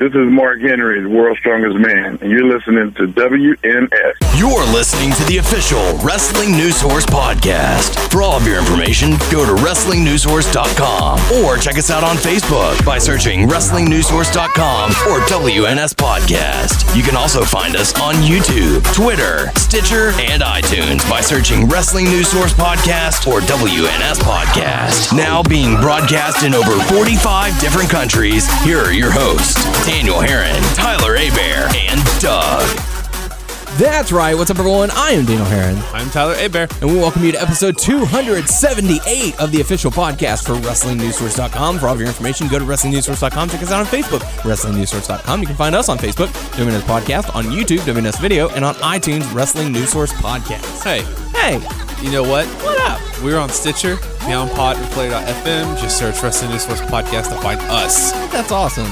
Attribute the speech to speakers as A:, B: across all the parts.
A: This is Mark Henry, the world's strongest man, and you're listening to WNS.
B: You're listening to the official Wrestling News Horse podcast. For all of your information, go to WrestlingNewsHorse.com or check us out on Facebook by searching WrestlingNewsHorse.com or WNS Podcast. You can also find us on YouTube, Twitter, Stitcher, and iTunes by searching Wrestling News Horse Podcast or WNS Podcast. Now being broadcast in over 45 different countries, here are your hosts, Daniel Herron, Tyler Abear, and Doug.
C: That's right. What's up, everyone? I am Daniel Herron,
D: I'm Tyler Abear.
C: and we welcome you to episode 278 of the official podcast for WrestlingNewsSource.com. For all of your information, go to WrestlingNewsSource.com. Check us out on Facebook, WrestlingNewsSource.com. You can find us on Facebook, WNS Podcast, on YouTube, WNS Video, and on iTunes, Wrestling News Source Podcast.
D: Hey,
C: Hey,
D: you know what?
C: what up?
D: We're on Stitcher, Beyond Pod, and Play.fm. Just search Wrestling News Force Podcast to find us.
C: That's awesome.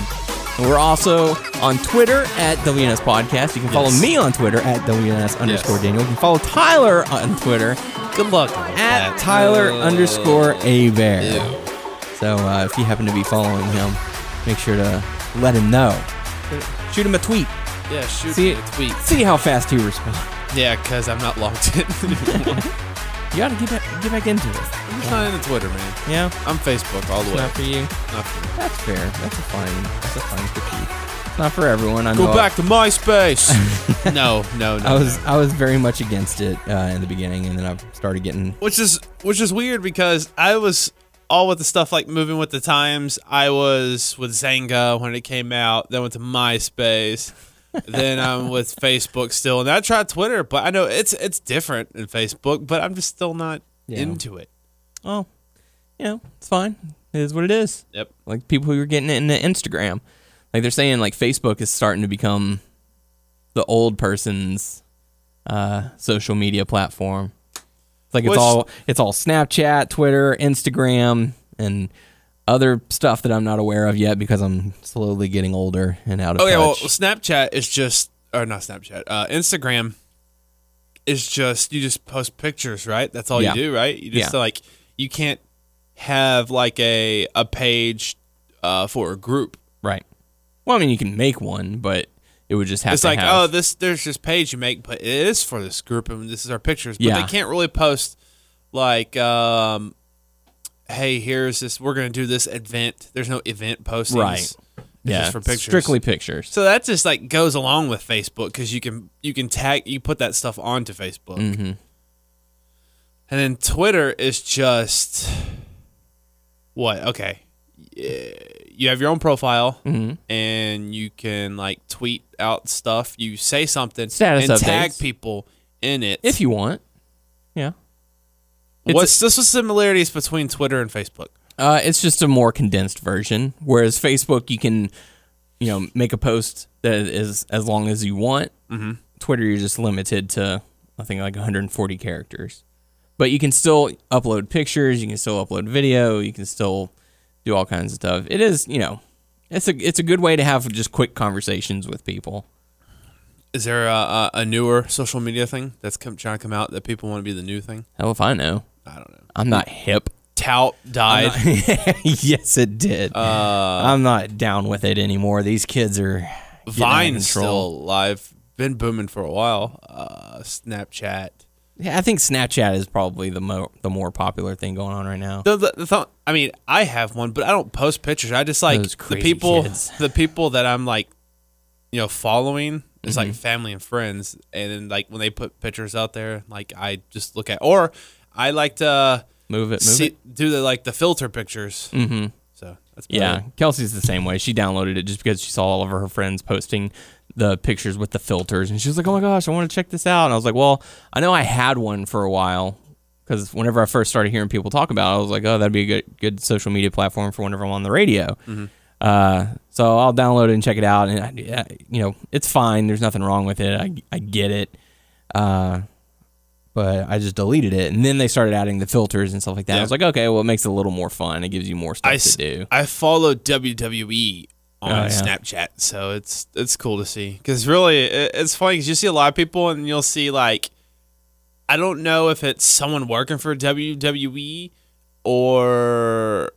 C: And we're also on Twitter at WNS Podcast. You can follow
D: Yes.
C: me on Twitter at WNS underscore Daniel. You can follow Tyler on Twitter
D: Good luck
C: at Tyler underscore A Bear. So uh, if you happen to be following him, make sure to let him know. Shoot him a tweet.
D: Yeah, shoot
C: See-
D: me a tweet.
C: See how fast he responds.
D: Yeah, because I'm not logged in.
C: You gotta get back, get back into it.
D: I'm not into Twitter, man.
C: Yeah,
D: I'm Facebook all the
C: not for
D: way.
C: you.
D: Not for me.
C: That's fair. That's a fine. That's a fine critique. Not for everyone. I know.
D: Go back to MySpace. no, no, no.
C: I was
D: no.
C: I was very much against it uh, in the beginning, and then I started getting
D: which is which is weird because I was all with the stuff like moving with the times. I was with Zanga when it came out, then went to MySpace, then I'm with Facebook still, and I tried Twitter, but I know it's it's different in Facebook, but I'm just still not
C: Yeah.
D: into it.
C: oh, you know, it's fine. It is what it is.
D: Yep.
C: like people who are getting into Instagram. Like they're saying like Facebook is starting to become the old person's uh, social media platform. It's like it's
D: Which-
C: all it's all Snapchat, Twitter, Instagram, and other stuff that I'm not aware of yet because I'm slowly getting older and out of
D: Okay, well,
C: touch.
D: Snapchat is just or not Snapchat. Uh, Instagram is just you just post pictures, right? That's all
C: Yeah.
D: you do, right? You just
C: Yeah.
D: like you can't have like a a page uh, for a group.
C: right. Well, I mean, you can make one, but it would just have
D: It's
C: to
D: like oh,
C: have.
D: this there's this page you make, but it is for this group and this is our pictures. But
C: Yeah.
D: they can't really post like um, hey, here's this. We're gonna do this event. There's no event postings.
C: Right.
D: It's
C: yeah,
D: just for pictures.
C: strictly pictures.
D: So that just like goes along with Facebook because you can you can tag you put that stuff onto Facebook,
C: Mm.
D: and then Twitter is just what okay. Yeah, You have your own profile,
C: Mm-hmm.
D: and you can like tweet out stuff. You say something
C: Status
D: and tag
C: updates.
D: people in it.
C: if you want, yeah. it's-
D: what's this was similarities between Twitter and Facebook?
C: Uh, it's just a more condensed version. Whereas Facebook, you can, you know, make a post that is as long as you want. Mm-hmm. Twitter, you're just limited to I think like 140 characters, but you can still upload pictures. You can still upload video. You can still do all kinds of stuff. It is, you know, it's a it's a good way to have just quick conversations with people.
D: Is there a, a, a newer social media thing that's come, trying to come out that people want to be the new thing?
C: Hell if I know.
D: I don't know.
C: I'm not hip.
D: Tout died.
C: yes, it did. I'm not down with it anymore. These kids are getting out of
D: Vine's still
C: control.
D: alive. Been booming for a while. Uh, Snapchat.
C: Yeah, I think Snapchat is probably the mo- the more popular thing going on right now.
D: The, the, the th- I mean, I have one, but I don't post pictures. I just like
C: Those
D: the
C: crazy
D: people.
C: kids.
D: The people that I'm like, you know, following. It's
C: Mm-hmm.
D: like family and friends, and then like when they put pictures out there, like I just look at. Or I like to
C: Move it, move it.
D: see, do the like the filter pictures. Mm-hmm. So that's about
C: Yeah,
D: it.
C: Kelsey's the same way. She downloaded it just because she saw all of her friends posting the pictures with the filters, and she was like, "Oh my gosh, I want to check this out." And I was like, "Well, I know I had one for a while because whenever I first started hearing people talk about it, I was like, "Oh, that'd be a good good social media platform for whenever I'm on the radio."
D: Mm-hmm.
C: Uh, so I'll download it and check it out, and I, yeah, you know, it's fine. There's nothing wrong with it. I I get it. Uh, but I just deleted it, and then they started adding the filters and stuff like that. I
D: Yeah.
C: was like, okay, well, it makes it a little more fun. It gives you more stuff
D: I
C: to
D: s-
C: do.
D: I follow WWE on
C: Oh, yeah.
D: Snapchat, so it's it's cool to see because really it, it's funny because you see a lot of people and you'll see like I don't know if it's someone working for WWE E or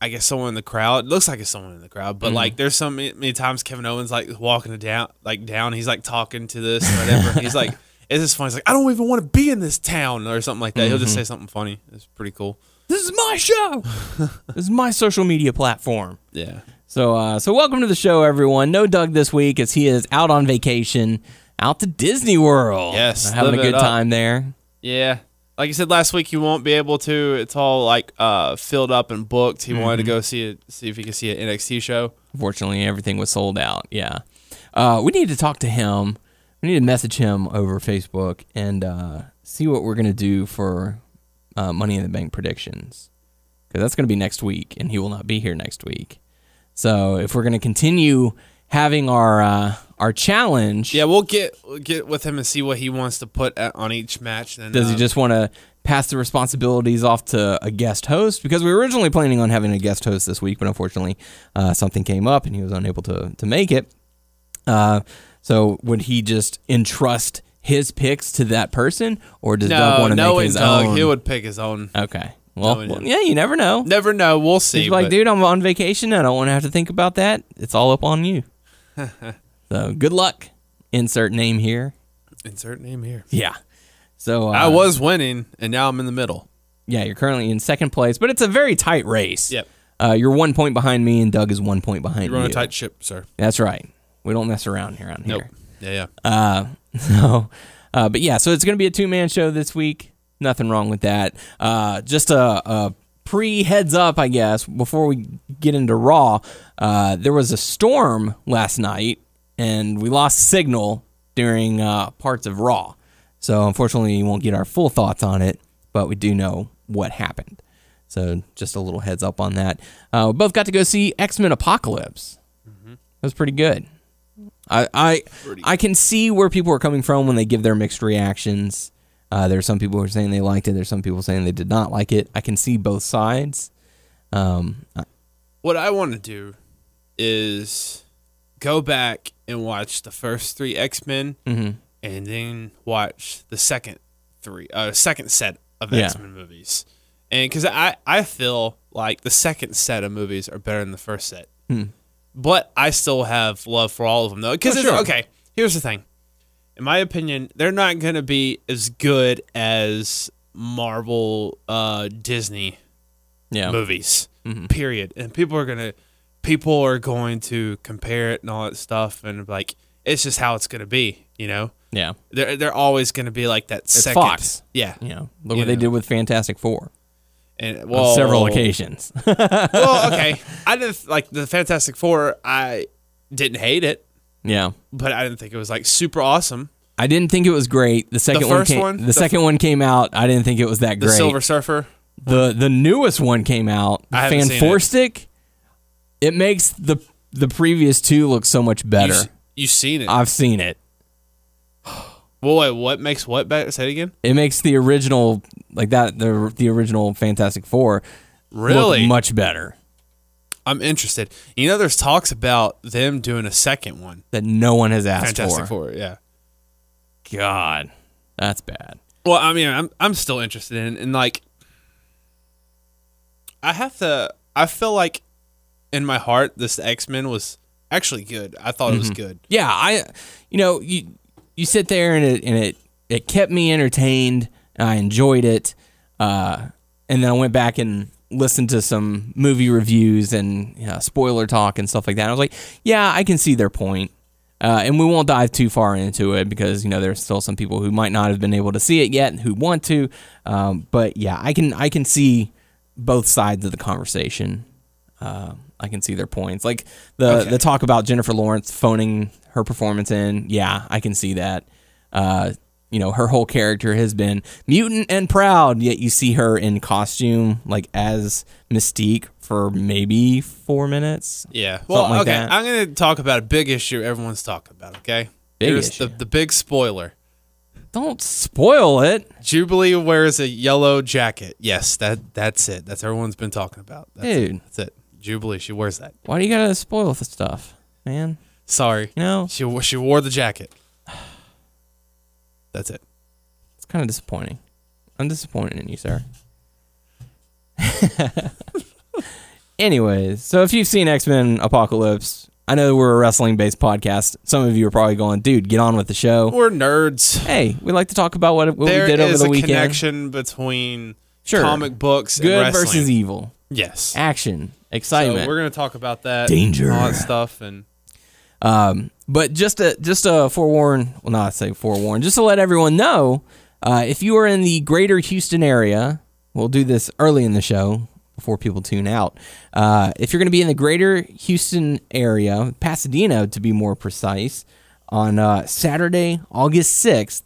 D: I guess someone in the crowd. It looks like it's someone in the crowd,
C: Mm-hmm.
D: but like there's so many, many times Kevin Owens like walking down, like down. He's like talking to this or whatever. he's like, it's just funny. He's like, I don't even want to be in this town or something like that. He'll just
C: Mm-hmm.
D: say something funny. It's pretty cool.
C: This is my show. this is my social media platform.
D: Yeah.
C: So, uh, so welcome to the show, everyone. No Doug this week as he is out on vacation, out to Disney World.
D: Yes,
C: having a
D: living it
C: good
D: up.
C: time there.
D: Yeah. Like you said last week, you won't be able to. It's all like uh, filled up and booked. He wanted to
C: Mm-hmm.
D: go see it, see if he could see an NXT show.
C: Fortunately, everything was sold out. Yeah, uh, we need to talk to him. We need to message him over Facebook and uh, see what we're gonna do for uh, Money in the Bank predictions because that's gonna be next week, and he will not be here next week. So, if we're gonna continue having our uh, our challenge,
D: Yeah, we'll get we'll get with him and see what he wants to put at, on each match. And then,
C: Does he
D: uh,
C: just want to pass the responsibilities off to a guest host? Because we were originally planning on having a guest host this week, but unfortunately, uh, something came up and he was unable to to make it. Uh, so would he just entrust his picks to that person, or does Doug
D: no
C: want to
D: no
C: make
D: and
C: his
D: Doug,
C: own?
D: he would pick his own.
C: okay. Well,
D: Knowing
C: well,
D: him.
C: yeah, you never know.
D: Never know. We'll see.
C: He's like,
D: but-
C: dude, I'm on vacation. I don't want to have to think about that. It's all up on you. so good luck. Insert name here.
D: insert name here.
C: Yeah. So uh,
D: I was winning, and now I'm in the middle.
C: Yeah, you're currently in second place, but it's a very tight race.
D: Yep.
C: Uh, you're one point behind me, and Doug is one point behind
D: You run
C: you.
D: a tight ship, sir.
C: That's right. We don't mess around here on
D: Nope.
C: here.
D: Yeah, yeah.
C: So, uh, but yeah, so it's going to be a two man show this week. Nothing wrong with that. Uh, just a, a pre heads up, I guess, before we get into Raw, uh, there was a storm last night, and we lost signal during uh, parts of Raw. So, unfortunately, you won't get our full thoughts on it, but we do know what happened. So, just a little heads up on that. Uh, we both got to go see X Men Apocalypse. That was pretty good. I I I can see where people are coming from when they give their mixed reactions. Uh, there are some people who are saying they liked it. There's some people saying they did not like it. I can see both sides. Um, I-
D: what I want to do is go back and watch the first three X Men,
C: Mm-hmm.
D: and then watch the second three, uh, second set of
C: Yeah.
D: X Men movies, and because I I feel like the second set of movies are better than the first set, but I still have love for all of them though. Because
C: Hmm. Oh, sure.
D: okay, here's the thing, in my opinion, they're not gonna be as good as Marvel, uh, Disney
C: yeah, Mm-hmm.
D: movies. Period. And people are gonna people are going to compare it and all that stuff and like it's just how it's gonna be, you know?
C: yeah.
D: They're they're always gonna be like that second
C: Fox.
D: Yeah.
C: You know, look
D: You
C: what they
D: know. Oh.
C: did with Fantastic Four
D: And
C: on
D: well
C: several occasions.
D: well, okay. I didn't like the Fantastic Four, I didn't hate it,
C: yeah,
D: but I didn't think it was like super awesome.
C: I didn't think it was great. The second
D: first
C: came,
D: one?
C: the,
D: The
C: second one came out. I didn't think it was that
D: The
C: great.
D: Silver Surfer.
C: the the newest one came out.
D: I haven't seen it.
C: Fanforstic. It. it makes the the previous two look so much better.
D: You, have seen it.
C: I've seen it.
D: well, wait, what makes what better? Say it again.
C: It makes the original like that the the original Fantastic Four
D: Really?
C: look much better
D: I'm interested. You know, there's talks about them doing a second one.
C: that no one has asked
D: Fantastic
C: for.
D: Four, yeah.
C: God, that's bad.
D: Well, I mean, I'm I'm still interested in, and like, I have to. I feel like, in my heart, this X Men was actually good. I thought it was
C: Mm-hmm.
D: good.
C: Yeah, I you know you you sit there and it and it it kept me entertained. And I enjoyed it, uh, and then I went back and listened to some movie reviews and you know, spoiler talk and stuff like that. I was like, yeah, I can see their point. Uh, and we won't dive too far into it because you know there's still some people who might not have been able to see it yet and who want to. Um, but yeah, I can I can see both sides of the conversation. Uh, I can see their points. Like the the talk about Jennifer Lawrence phoning her performance in. Yeah, I can see that. Uh, you know, her whole character has been mutant and proud, yet you see her in costume, like as Mystique, for maybe four minutes.
D: Yeah. Well,
C: Something like
D: okay.
C: that.
D: I'm gonna talk about a big issue everyone's talking about. Okay.
C: Big
D: Here's
C: issue.
D: the the big spoiler.
C: Don't spoil it.
D: Jubilee wears a yellow jacket. Yes, that that's it. That's everyone's been talking about. That's
C: Dude.
D: It. That's it. Jubilee, she wears that.
C: Why do you gotta spoil the stuff, man?
D: Sorry.
C: You know,
D: She wo- she wore the jacket. That's it.
C: it's kind of disappointing. I'm disappointed in you, sir. Anyways, so if you've seen X Men Apocalypse, I know we're a wrestling based podcast. Some of you are probably going, dude, get on with the show.
D: We're nerds.
C: Hey, we like to talk about what, what we
D: There
C: did over
D: is
C: the
D: a
C: weekend.
D: connection between
C: Sure.
D: comic books and
C: Good
D: wrestling.
C: versus evil,
D: yes.
C: action,
D: So
C: excitement.
D: we're gonna talk about that
C: Danger.
D: all that stuff and
C: Um, but just to just to forewarn, well, not say forewarn, just to let everyone know, uh, if you are in the greater Houston area, we'll do this early in the show before people tune out. Uh, if you're going to be in the greater Houston area, Pasadena to be more precise, on uh, Saturday, August 6th,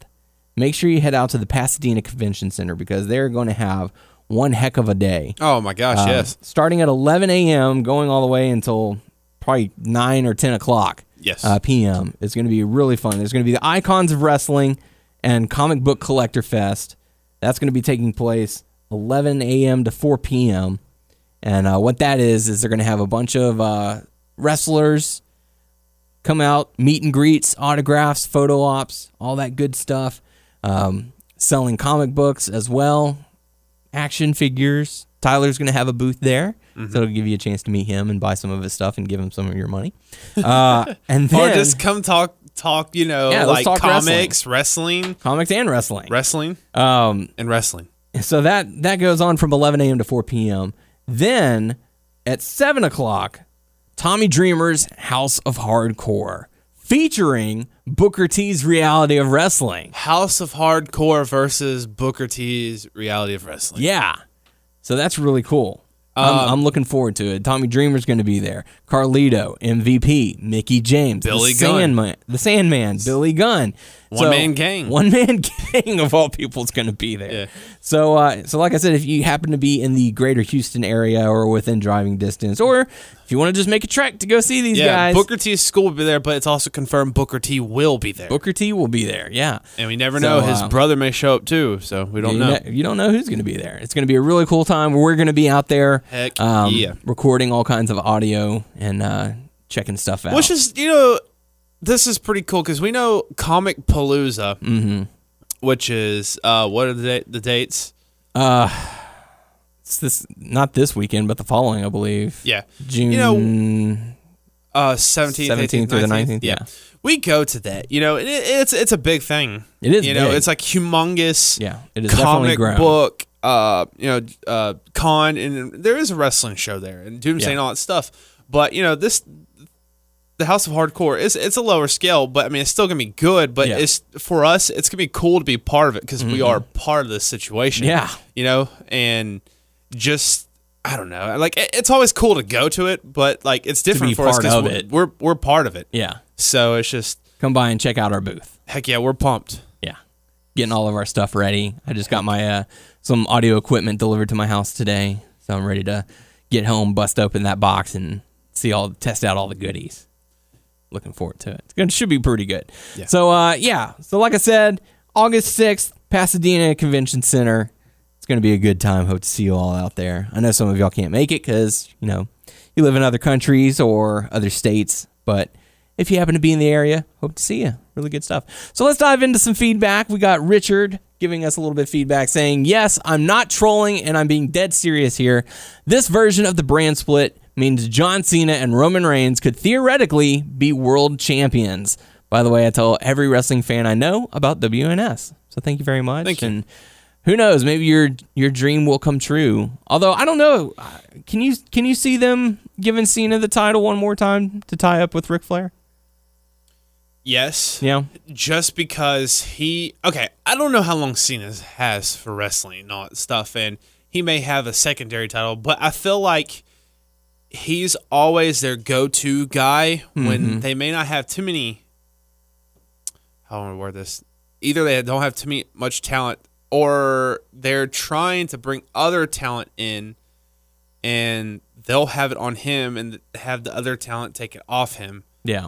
C: make sure you head out to the Pasadena Convention Center because they're going to have one heck of a day.
D: oh my gosh,
C: Um,
D: yes,
C: Starting at 11 a.m., going all the way until probably 9 or 10 o'clock
D: yes,
C: uh, p.m. It's going to be really fun. There's going to be the Icons of Wrestling and Comic Book Collector Fest. That's going to be taking place 11 a.m. to 4 p.m. And uh, what that is is they're going to have a bunch of uh, wrestlers come out, meet and greets, autographs, photo ops, all that good stuff. Um, selling comic books as well, action figures. Tyler's going to have a booth there. So it'll give you a chance to meet him and buy some of his stuff and give him some of your money. Uh, and
D: or
C: then
D: just come talk talk you know
C: Yeah, let's talk
D: like comics, wrestling.
C: comics and wrestling.
D: wrestling,
C: Um,
D: and wrestling.
C: so that that goes on from 11 a.m. to 4 p.m. Then at seven o'clock, Tommy Dreamer's House of Hardcore featuring Booker T's Reality of Wrestling.
D: House of Hardcore versus Booker T's Reality of Wrestling.
C: Yeah, so that's really cool.
D: Um,
C: I'm, I'm looking forward to it. Tommy Dreamer's going to be there. Carlito, MVP, Mickey James,
D: Billy
C: the
D: Gunn.
C: Sandman, the Sandman, Billy Gunn,
D: One man gang.
C: one man gang of all people is going to be there.
D: Yeah.
C: So, uh, so like I said, if you happen to be in the greater Houston area or within driving distance, or if you want to just make a trek to go see these
D: Yeah,
C: guys,
D: Booker T's school will be there, but it's also confirmed Booker T will be there.
C: Booker T will be there. Yeah.
D: and we never
C: So,
D: know. His
C: uh,
D: brother may show up too, so we don't
C: you
D: know.
C: ne- you don't know who's going to be there. It's going to be a really cool time. We're going to be out there,
D: Heck
C: um,
D: yeah.
C: recording all kinds of audio and uh, checking stuff out.
D: Which is, you know, this is pretty cool because we know Comic Palooza,
C: Mm. Mm-hmm.
D: which is, uh, what are the, da- the dates?
C: it's this not this weekend, but the following, I believe.
D: Yeah.
C: June.
D: You know, uh, 17th,
C: 17th
D: 18th,
C: through the
D: 19th.
C: 19th, yeah.
D: We go to that. You know, and it, it's it's a big thing.
C: It is
D: You know,
C: big.
D: it's like humongous.
C: yeah, it is definitely
D: comic
C: grown.
D: book, uh, you know, uh, con, and there is a wrestling show there, and Doomsday
C: Yeah.
D: and all that stuff. But you know, this the House of Hardcore is it's a lower scale, but I mean, it's still gonna be good. But
C: Yeah. Mm-hmm.
D: it's for us, it's gonna be cool to be part of it because we are part of this situation.
C: Yeah.
D: you know, and just. I don't know. Like it- it's always cool to go to it, but like it's different
C: be
D: for us
C: part
D: because
C: of
D: we're,
C: it.
D: we're we're part of it.
C: Yeah,
D: So it's just
C: come by and check out our booth.
D: heck yeah, we're pumped.
C: Yeah, getting all of our stuff ready. I just got my uh, some audio equipment delivered to my house today, so I'm ready to get home, bust open that box, and see all test out all the goodies. Looking forward to it. It's gonna should be pretty good. So uh, yeah. So like I said, August sixth, Pasadena Convention Center. It's gonna be a good time. Hope to see you all out there. I know some of y'all can't make it because you know you live in other countries or other states, but if you happen to be in the area, hope to see you. Really good stuff. So let's dive into some feedback. We got Richard giving us a little bit of feedback saying, Yes, I'm not trolling and I'm being dead serious here. This version of the brand split means John Cena and Roman Reigns could theoretically be world champions. By the way, I tell every wrestling fan I know about WNS. So thank you very much.
D: Thank you.
C: And who knows? Maybe your your dream will come true. Although I don't know, Uh, can you can you see them giving Cena the title one more time to tie up with Ric Flair?
D: Yes.
C: Yeah.
D: just because he okay, I don't know how long Cena has for wrestling and all that stuff, and he may have a secondary title, but I feel like he's always their go-to guy when they may not have too many. How do I want to word this? Either they don't have too many, much talent, or they're trying to bring other talent in, and they'll have it on him, and have the other talent take it off him
C: Yeah.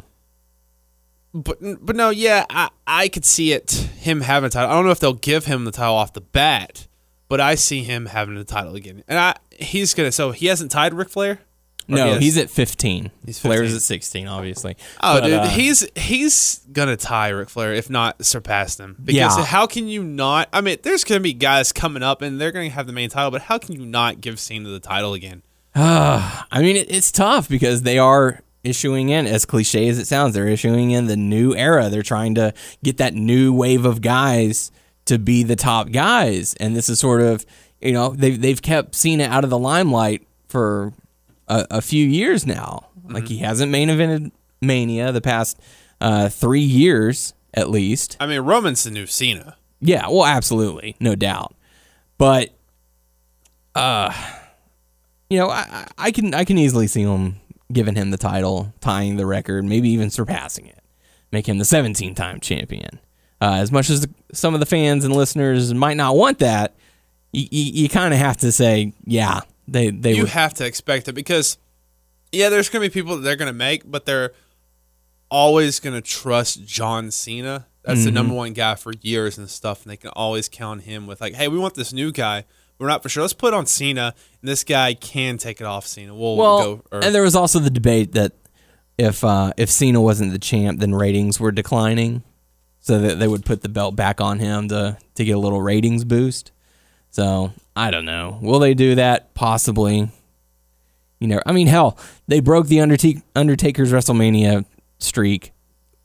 D: but but no, yeah, I I could see it him having a title. I don't know if they'll give him the title off the bat, but I see him having the title again, and I he's gonna. So he hasn't tied Ric Flair. Or
C: No,
D: he is?
C: he's at 15.
D: He's
C: Flair's
D: 15.
C: at 16, obviously.
D: Oh,
C: But,
D: dude,
C: uh,
D: he's he's gonna tie Ric Flair, if not surpass them. Because
C: Yeah.
D: how can you not? I mean, there's gonna be guys coming up, and they're gonna have the main title, but how can you not give Cena the title again?
C: I mean, it, it's tough because they are issuing in, as cliche as it sounds, they're issuing in the new era. They're trying to get that new wave of guys to be the top guys. And this is sort of, you know, they've, they've kept Cena out of the limelight for a, a few years now. Like, he hasn't main evented Mania the past uh, three years, at least.
D: I mean, Roman's the new Cena.
C: Yeah, well, absolutely, no doubt. But, uh, you know, I, I- I can I can easily see him giving him the title, tying the record, maybe even surpassing it, make him the 17 time champion. Uh, as much as the, some of the fans and listeners might not want that, you, you, you kind of have to say, yeah, they they
D: You
C: would,
D: have to expect it because, yeah, there's going to be people that they're going to make, but they're always going to trust John Cena. That's
C: Mm-hmm.
D: the number one guy for years and stuff, and they can always count him with like, hey, we want this new guy. We're not for sure. Let's put it on Cena, and this guy can take it off Cena. We'll,
C: well.
D: go. Or,
C: and there was also the debate that if uh, if Cena wasn't the champ, then ratings were declining. so that they would put the belt back on him to to get a little ratings boost. So I don't know. Will they do that? Possibly. You know, I mean, hell, they broke the Undertak- Undertaker's WrestleMania streak.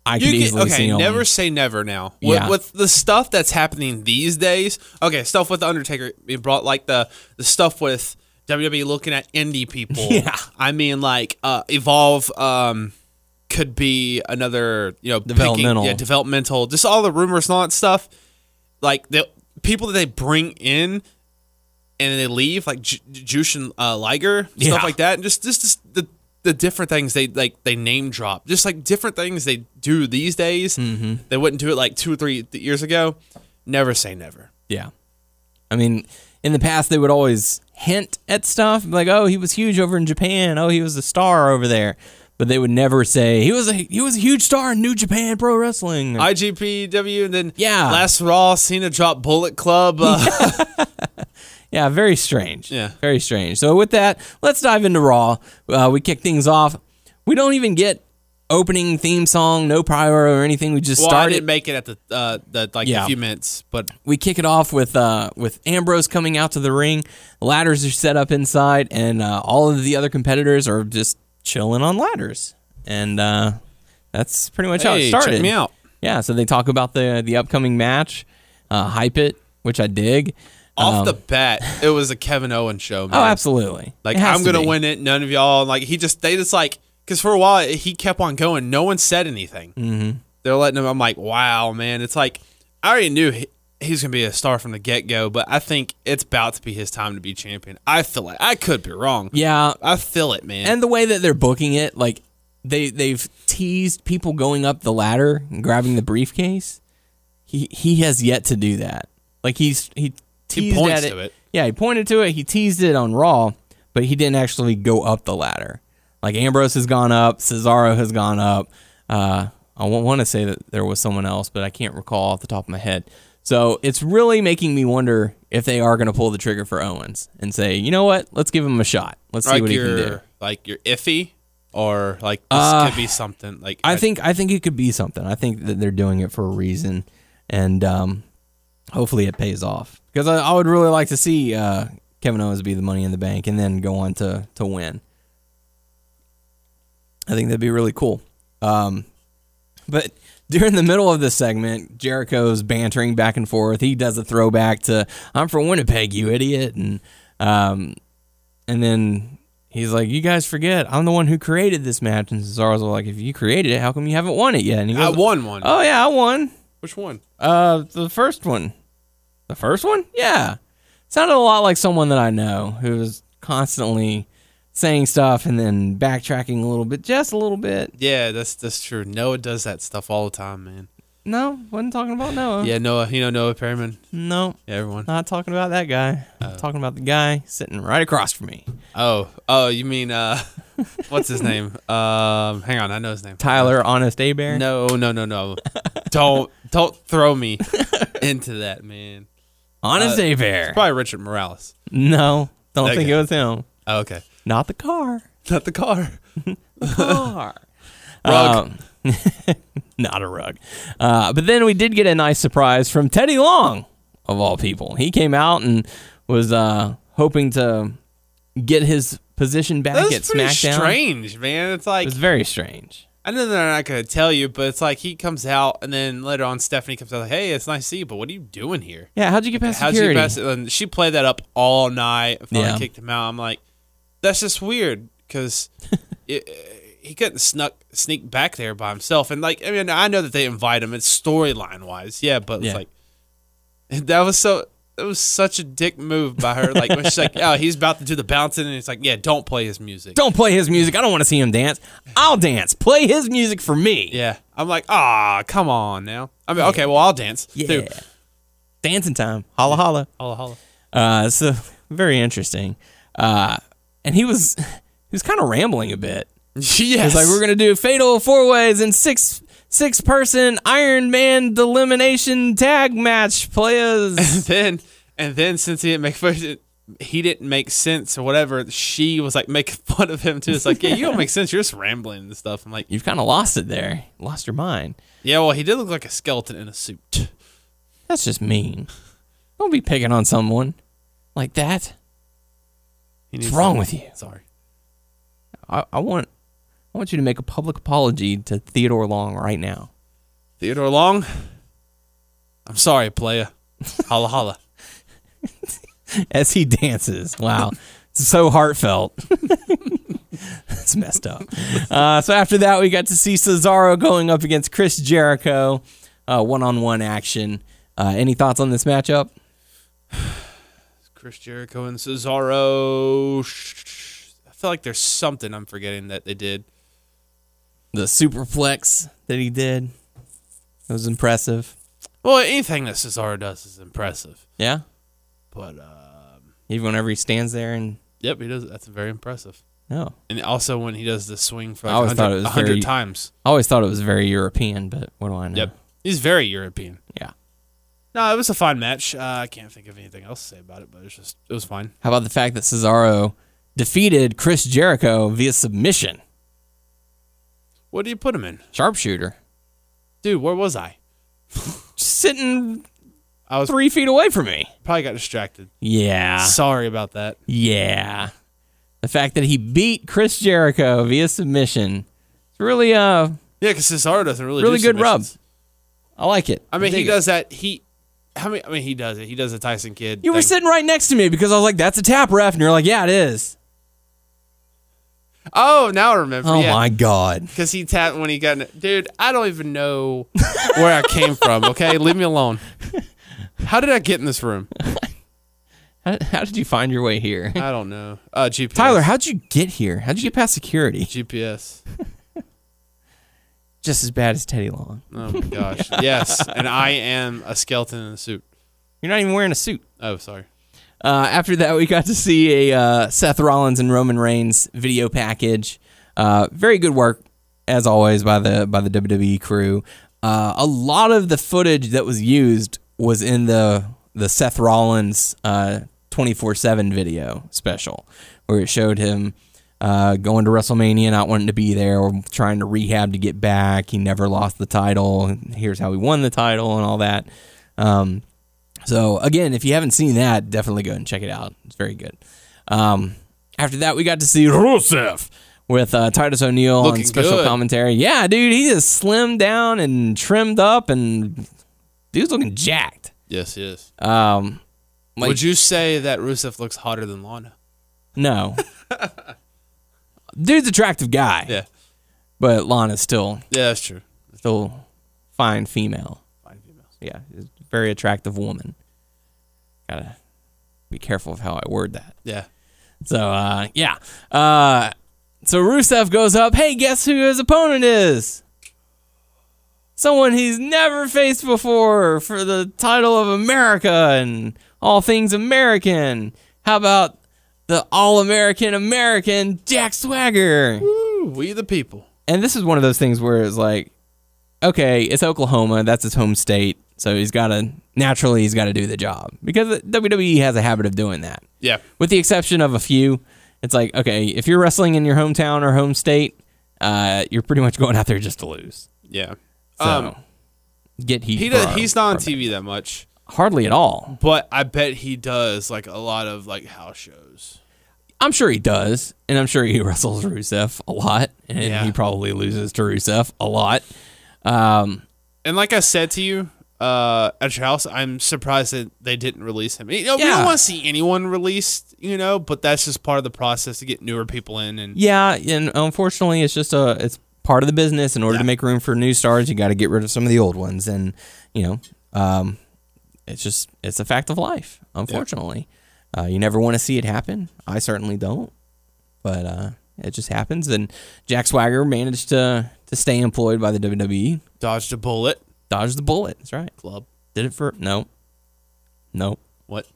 C: I could
D: You
C: easily
D: okay,
C: see them.
D: never say never now. With,
C: Yeah.
D: with the stuff that's happening these days, okay, stuff with the Undertaker, it brought like the the stuff with WWE looking at indie people.
C: Yeah.
D: I mean like uh Evolve um could be another, you know, picking-
C: Developmental.
D: yeah, developmental. Just all the rumors and all that stuff. Like the people that they bring in and they leave, like J- J- Jushin uh, Liger,
C: Yeah.
D: stuff like that. And just, just, just the the different things they like they name drop, just like different things they do these days.
C: Mm-hmm.
D: They wouldn't do it like two or three th- years ago. Never say never.
C: Yeah. I mean, in the past, they would always hint at stuff like, "Oh, he was huge over in Japan. Oh, he was a star over there," but they would never say he was a he was a huge star in New Japan Pro Wrestling.
D: IGPW and then
C: Mm. Yeah.
D: last Raw Cena dropped Bullet Club. Uh,
C: Yeah, very strange.
D: Yeah.
C: Very strange. So, with that, let's dive into Raw. Uh, we kick things off. We don't even get opening theme song, no prior or anything. We just
D: well, I
C: start
D: didn't
C: it.
D: make it at the uh, the like
C: Yeah.
D: a few minutes, but
C: We kick it off with uh, with Ambrose coming out to the ring. Ladders are set up inside, and uh, all of the other competitors are just chilling on ladders. And uh, that's pretty much how it
D: Hey,
C: started.
D: check me out.
C: Yeah, so they talk about the the upcoming match, uh, hype it, which I dig.
D: off the bat, it was a Kevin Owens show. Man.
C: Um, Oh, absolutely.
D: Like
C: It has
D: I'm
C: to
D: gonna
C: be.
D: win it. None of y'all like he just they just like because for a while he kept on going. No one said anything. Mm-hmm. They're letting him. I'm like, wow, man. It's like I already knew he, he's gonna be a star from the get go, but I think it's about to be his time to be champion. I feel like I could be wrong.
C: Yeah,
D: I feel it, man.
C: and the way that they're booking it, like they they've teased people going up the ladder and grabbing the briefcase. He he has yet to do that. Like he's he teased
D: points
C: at it.
D: to it.
C: Yeah, he pointed to it. He teased it on Raw, but he didn't actually go up the ladder. Like Ambrose has gone up, Cesaro has gone up. Uh, I want to say that there was someone else, but I can't recall off the top of my head. So it's really making me wonder if they are going to pull the trigger for Owens and say, you know what, let's give him a shot. Let's see
D: like
C: what he
D: you're
C: can do. Uh,
D: like you're iffy, or like this could be something. Like
C: I think I think it could be something. I think that they're doing it for a reason, and um, hopefully it pays off. Because I, I would really like to see uh, Kevin Owens be the Money in the Bank and then go on to to win. I think that'd be really cool. Um, but during the middle of this segment, Jericho's bantering back and forth. He does a throwback to "I'm from Winnipeg, you idiot," and um, and then he's like, "You guys forget I'm the one who created this match." And Cesaro's like, "If you created it, how come you haven't won it yet?" And he
D: I
C: goes,
D: won one.
C: "Oh yeah, I won.
D: Which one?
C: Uh, the first one. The first one? Yeah. Sounded a lot like someone that I know who was constantly saying stuff and then backtracking a little bit, just a little bit.
D: Yeah, that's that's true. Noah does that stuff all the time, man.
C: No, wasn't talking about Noah.
D: Yeah, Noah. You know Noah Perryman.
C: No,
D: Yeah, everyone.
C: not talking about that guy. I'm talking about the guy sitting right across from me,
D: Oh, oh, you mean uh, what's his name? Um, hang on, I know his name.
C: Tyler Honest Abear.
D: No, no, no, no. don't don't throw me into that, man.
C: Honest Abear.
D: Probably Richard Morales.
C: No, don't
D: Uh, That
C: think it
D: guy.
C: was him.
D: Oh, okay,
C: Not the car.
D: not the car.
C: car.
D: Rug.
C: Um, not a rug. Uh, but then we did get a nice surprise from Teddy Long, of all people. He came out and was uh, hoping to get his position back at
D: That's pretty
C: SmackDown.
D: strange, man. It's
C: It
D: like
C: was very strange.
D: I know they're not gonna tell you, but it's like he comes out, and then later on Stephanie comes out like, "Hey, it's nice to see you, but what are you doing here?
C: Yeah, how'd you get past
D: How'd you
C: security?
D: pass it?" And she played that up all night. Finally
C: Yeah.
D: kicked him out. I'm like, that's just weird because he couldn't snuck sneak back there by himself. And like, I mean, I know that they invite him. It's storyline wise, yeah, but
C: Yeah.
D: it's like that was so. That was such a dick move by her. Like when she's like, "Oh, he's about to do the bouncing," and it's like, "Yeah, don't play his music."
C: Don't play his music. I don't want to see him dance. I'll dance. Play his music for me.
D: Yeah. I'm like, ah, come on now. I mean, okay, well, I'll dance.
C: Yeah.
D: Dude.
C: Dancing time. Holla holla.
D: Holla, holla.
C: Uh, so very interesting. Uh, and he was he was kind of rambling a bit.
D: yes.
C: It's like we're gonna do fatal four ways and six six person Iron Man elimination tag match, players.
D: and then, and then since he didn't make fun, he didn't make sense or whatever, she was like making fun of him too. It's like, yeah, you don't make sense. You're just rambling and stuff. I'm like,
C: You've kind of lost it there. Lost your mind.
D: yeah, well, he did look like a skeleton in a suit.
C: That's just mean. Don't be picking on someone like that.
D: He
C: What's
D: needs
C: wrong
D: to-
C: with you?
D: Sorry.
C: I, I want I want you to make a public apology to Theodore Long right now.
D: Theodore Long, I'm sorry, playa. Holla, holla.
C: as he dances. Wow. so heartfelt. That's messed up. Uh, so after that, we got to see Cesaro going up against Chris Jericho, one on one action. Uh, any thoughts on this matchup?
D: Chris Jericho and Cesaro. Sh- I feel like there's something I'm forgetting that they did.
C: The superplex that he did it was impressive.
D: Well, anything that Cesaro does is impressive.
C: Yeah,
D: But um,
C: even whenever he stands there and oh.
D: yep, he does. That's very impressive.
C: no,
D: And also when he does the swing for
C: I always
D: like
C: thought it was
D: 100, 100
C: very-
D: times.
C: I always thought it was very European, but what do I know?
D: Yep, he's very European.
C: Yeah.
D: No, it was a fine match. Uh, I can't think of anything else to say about it, but it's just it was fine.
C: How about the fact that Cesaro defeated Chris Jericho via submission,
D: What do you put him in,
C: sharpshooter,
D: dude? Where was I?
C: sitting
D: I was
C: three feet away from me?
D: probably got distracted.
C: Yeah.
D: Sorry about that.
C: Yeah. The fact that he beat Chris Jericho via submission. It's really uh
D: Yeah, because Cesaro doesn't really
C: really
D: do
C: good rub.
D: submissions.
C: I like it.
D: I mean, he
C: dig it.
D: does that. He, how many? I mean, he does it. He does a Tyson Kid.
C: You were
D: thing.
C: sitting right next to me because I was like, that's a tap ref, and you're like, Yeah, it is.
D: Oh, now I remember.
C: Oh
D: yeah.
C: my god.
D: Because he tapped when he got. In, dude, I don't even know where I came from, okay? Leave me alone. How did I get in this room?
C: How, how did you find your way here?
D: I don't know. Uh, GPS.
C: Tyler, how'd you get here? How'd you get past security?
D: GPS.
C: Just as bad as Teddy Long.
D: Oh, my gosh. yes. And I am a skeleton in a suit.
C: You're not even wearing a suit.
D: Oh, sorry.
C: Uh, after that, we got to see a uh, Seth Rollins and Roman Reigns video package. Uh, very good work, as always, by the by the WWE crew. Uh, a lot of the footage that was used was in the the Seth Rollins twenty four seven video special, where it showed him uh, going to WrestleMania, not wanting to be there, or trying to rehab to get back. He never lost the title. and Here's how he won the title and all that. Um, so again, if you haven't seen that, definitely go and check it out. It's very good. Um, after that, we got to see Rusev with uh, Titus O'Neil on
D: Looking
C: special
D: good.
C: commentary. Yeah, dude, he just slimmed down and trimmed up, and dude's looking jacked.
D: Yes, yes.
C: Um, like-
D: Would you say that Rusev looks hotter than Lana?
C: no, dude's attractive guy.
D: Yeah.
C: but Lana's still
D: Yeah, that's true.
C: still fine female.
D: Fine females.
C: Yeah, she's a very attractive woman. Gotta be careful of how I word that.
D: Yeah.
C: So uh, yeah. Uh, so Rusev goes up. Hey, guess who his opponent is? Someone he's never faced before for the title of America and all things American. How about the all-American American Jack Swagger?
D: Ooh, we the people.
C: And this is one of those things where it's like, okay, it's Oklahoma. That's his home state. So he's got to naturally he's got to do the job because WWE has a habit of doing that
D: Yeah.
C: with the exception of a few. It's like, okay, if you're wrestling in your hometown or home state, uh, you're pretty much going out there just to lose.
D: Yeah.
C: So
D: um,
C: get heat.
D: he
C: for
D: does,
C: our-
D: he's not on TV that much.
C: hardly at all.
D: But I bet he does like a lot of like house shows.
C: I'm sure he does, and I'm sure he wrestles Rusev a lot, and
D: Yeah.
C: he probably loses to Rusev a lot. Um,
D: And like I said to you uh, at your house, I'm surprised that they didn't release him. You know, We
C: Yeah.
D: don't want to see anyone released, you know, but that's just part of the process to get newer people in. And
C: yeah, and unfortunately, it's just a it's part of the business. In order to make room for new stars, you got to get rid of some of the old ones, and you know, um, it's just it's a fact of life. Unfortunately, uh, you never want to see it happen. I certainly don't, but uh, it just happens. And Jack Swagger managed to to stay employed by the WWE,
D: dodged a bullet.
C: dodged the bullet. That's right.
D: Club.
C: Did it for no, nope,
D: What?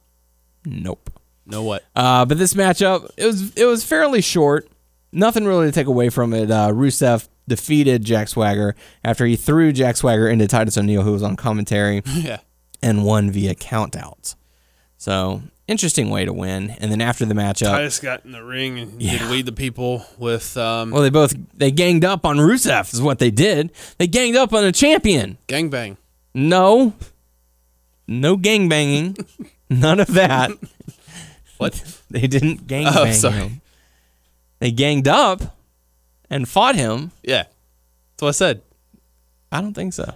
C: nope.
D: No what?
C: Uh, but this matchup, it was it was fairly short. Nothing really to take away from it. Uh, Rusev defeated Jack Swagger after he threw Jack Swagger into Titus O'Neil, who was on commentary,
D: yeah.
C: and won via countouts. So interesting way to win. And then after the matchup,
D: I just got in the ring and did lead the people with um,
C: well, they both they ganged up on Rusev is what they did. They ganged up on a champion.
D: gangbang.
C: No, no gangbanging, none of that.
D: What?
C: They didn't gangbang
D: Oh, sorry.
C: him. They ganged up and fought him.
D: Yeah. That's what I said.
C: I don't think so.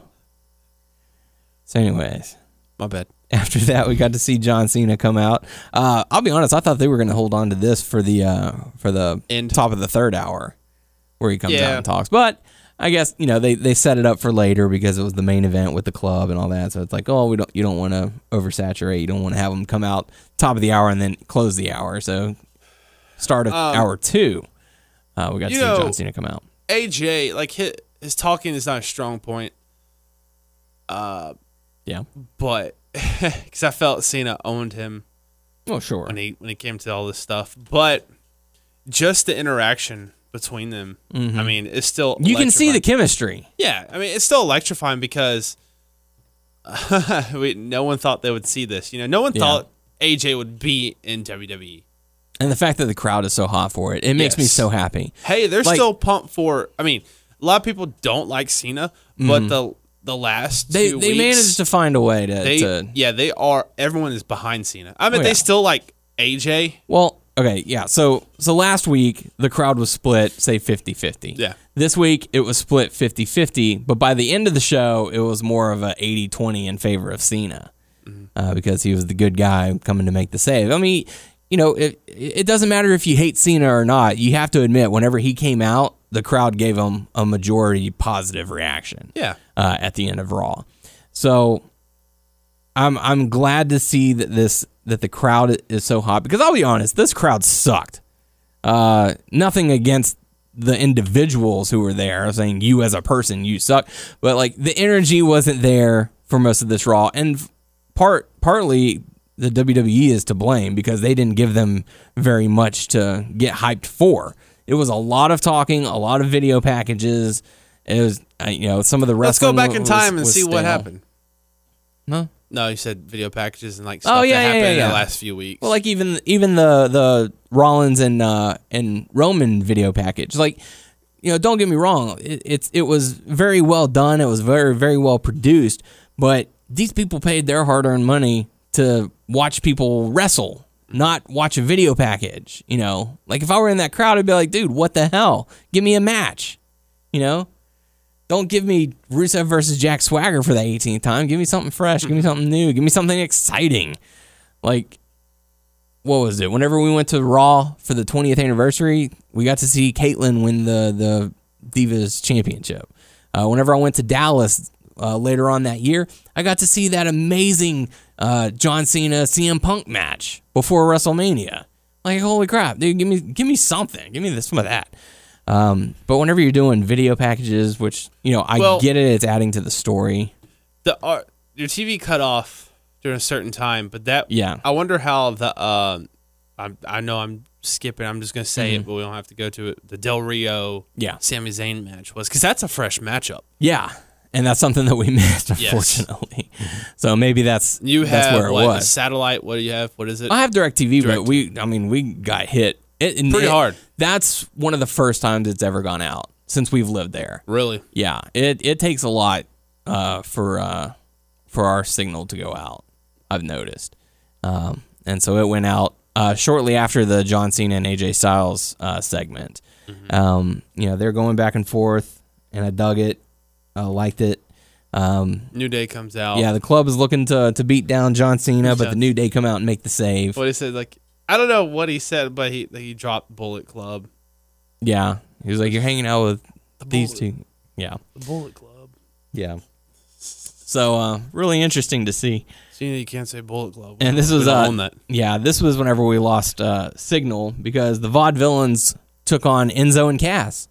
C: So, anyways,
D: My bad.
C: after that, we got to see John Cena come out. Uh, I'll be honest; I thought they were going to hold on to this for the uh, for the
D: End.
C: top of the third hour, where he comes out
D: Yeah.
C: and talks. But I guess you know they, they set it up for later because it was the main event with the club and all that. So it's like, oh, we don't you don't want to oversaturate. You don't want to have them come out top of the hour and then close the hour. So start of hour two, uh, we got to see
D: Um, you know-
C: John Cena come out.
D: AJ, like his, his talking is not a strong point,
C: Yeah.
D: but because I felt Cena owned him
C: Oh, sure.
D: when he when he came to all this stuff, but just the interaction between them. I mean, it's still
C: Mm-hmm. You can see the
D: electrifying.
C: chemistry.
D: yeah. I mean, it's still electrifying because we, no one thought they would see this. You know, no one
C: Yeah.
D: thought AJ would be in E. WWE.
C: And the fact that the crowd is so hot for it, it makes me
D: Yes.
C: so happy.
D: Hey, they're
C: Like-
D: still pumped for. I mean, a lot of people don't like Cena, but the the last
C: Mm-hmm. They
D: two
C: they
D: weeks,
C: managed to find a way to,
D: They,
C: to
D: yeah, they are. Everyone is behind Cena. I mean,
C: Oh, yeah.
D: they still like AJ.
C: well, okay, yeah. So so last week the crowd was split, say 50-50.
D: Yeah.
C: This week it was split 50-50, but by the end of the show it was more of a 80-20 in favor of Cena. Uh, because he was the good guy coming to make the save. I mean, you know, it it doesn't matter if you hate Cena or not. You have to admit whenever he came out, the crowd gave him a majority positive reaction.
D: Yeah,
C: uh, at the end of Raw. So I'm I'm glad to see that this that the crowd is so hot because I'll be honest, this crowd sucked. Uh, nothing against the individuals who were there saying you as a person you suck, but like the energy wasn't there for most of this Raw, and f- part partly the WWE is to blame because they didn't give them very much to get hyped for. It was a lot of talking, a lot of video packages. It was uh, you know some of the
D: let's go
C: wrestling
D: back in
C: was-
D: time and
C: was
D: see what
C: stale.
D: happened.
C: No.
D: No, you said video packages and like
C: Oh,
D: stuff
C: yeah, yeah,
D: that happened
C: yeah,
D: in
C: yeah.
D: the last few weeks.
C: Well, like even even the the Rollins and uh, and Roman video package, like you know, don't get me wrong, it, it's it was very well done. It was very very well produced, but these people paid their hard earned money to watch people wrestle, not watch a video package. You know, like if I were in that crowd, I'd be like, dude, what the hell? Give me a match. You know. Don't give me Rusev versus Jack Swagger for the 18th time. Give me something fresh. Give me something new. Give me something exciting. Like, what was it? Whenever we went to Raw for the 20th anniversary, we got to see Caitlyn win the the Divas Championship. Uh, whenever I went to Dallas uh, later on that year, I got to see that amazing uh, John Cena CM Punk match before WrestleMania. Like holy crap, dude! Give me give me something. Give me this some of that. Um, but whenever you're doing video packages, which you know I
D: Well-
C: get it, it's adding to the story.
D: the art, your TV cut off during a certain time, but that
C: Yeah.
D: I wonder how the um, I I know I'm skipping. I'm just gonna say it, but we don't have to go to it. The Del Rio,
C: Mm-hmm. Yeah.
D: Sami Zayn match was because that's a fresh matchup.
C: Yeah. And that's something that we missed,
D: Yes.
C: unfortunately. So maybe that's
D: You have
C: that's where it
D: what,
C: was.
D: satellite. What do you have? What is it?
C: I have DirecTV, but
D: Direct-
C: we, I mean, we got hit it, and
D: Pretty
C: it-
D: hard.
C: That's one of the first times it's ever gone out since we've lived there.
D: really?
C: Yeah, it it takes a lot uh, for uh, for our signal to go out. I've noticed, um, and so it went out. uh, shortly after the John Cena and AJ Styles uh, segment.
D: Mm-hmm.
C: Um, you know, they're going back and forth, and I dug it. I liked it. Um,
D: New Day comes out.
C: yeah, the club is looking to to beat down John Cena, but
D: Yeah.
C: the New Day come out and make the save.
D: What he said, like I don't know what he said, but he he dropped Bullet Club.
C: Yeah, he was like, "You're hanging out with these
D: Bullet-
C: two. Yeah,
D: The Bullet Club.
C: yeah. So uh, really interesting to see.
D: So you know you can't say Bullet Club.
C: And this
D: We
C: was
D: don't
C: uh,
D: own that.
C: yeah, this was whenever we lost uh, Signal because the Vaude villains took on Enzo and Cass.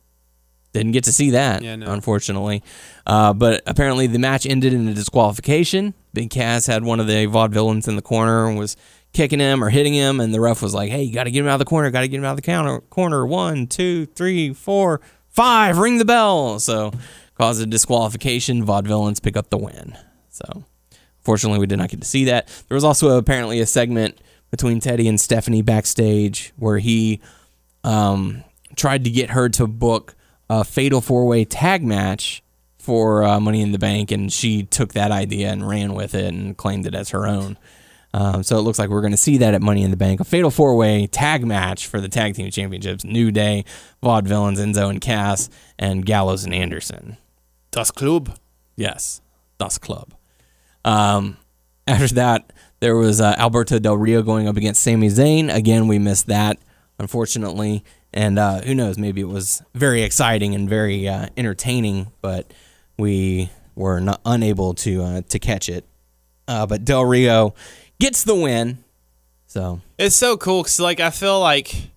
C: Didn't get to see that,
D: Yeah, no.
C: unfortunately. Uh, but apparently the match ended in a disqualification. Big Cass had one of the Vaude villains in the corner and was kicking him or hitting him, and the ref was like, "Hey, you got to get him out of the corner. Got to get him out of the counter corner. One, two, three, four, five. Ring the bell." So caused a disqualification. Vaude villains pick up the win. So Fortunately, we did not get to see that. There was also apparently a segment between Teddy and Stephanie backstage where he um, tried to get her to book a fatal four way tag match for uh, Money in the Bank, and she took that idea and ran with it and claimed it as her own. Um, so it looks like we're going to see that at Money in the Bank. A fatal four way tag match for the tag team championships New Day, Vaude Villains, Enzo and Cass, and Gallows and Anderson.
D: Das Club.
C: Yes, Das Club. Um, after that, there was uh, Alberto Del Rio going up against Sami Zayn. Again, we missed that, unfortunately. And uh, who knows? Maybe it was very exciting and very uh, entertaining, but we were not unable to uh, to catch it. Uh, but Del Rio gets the win. So
D: It's so cool because like I feel like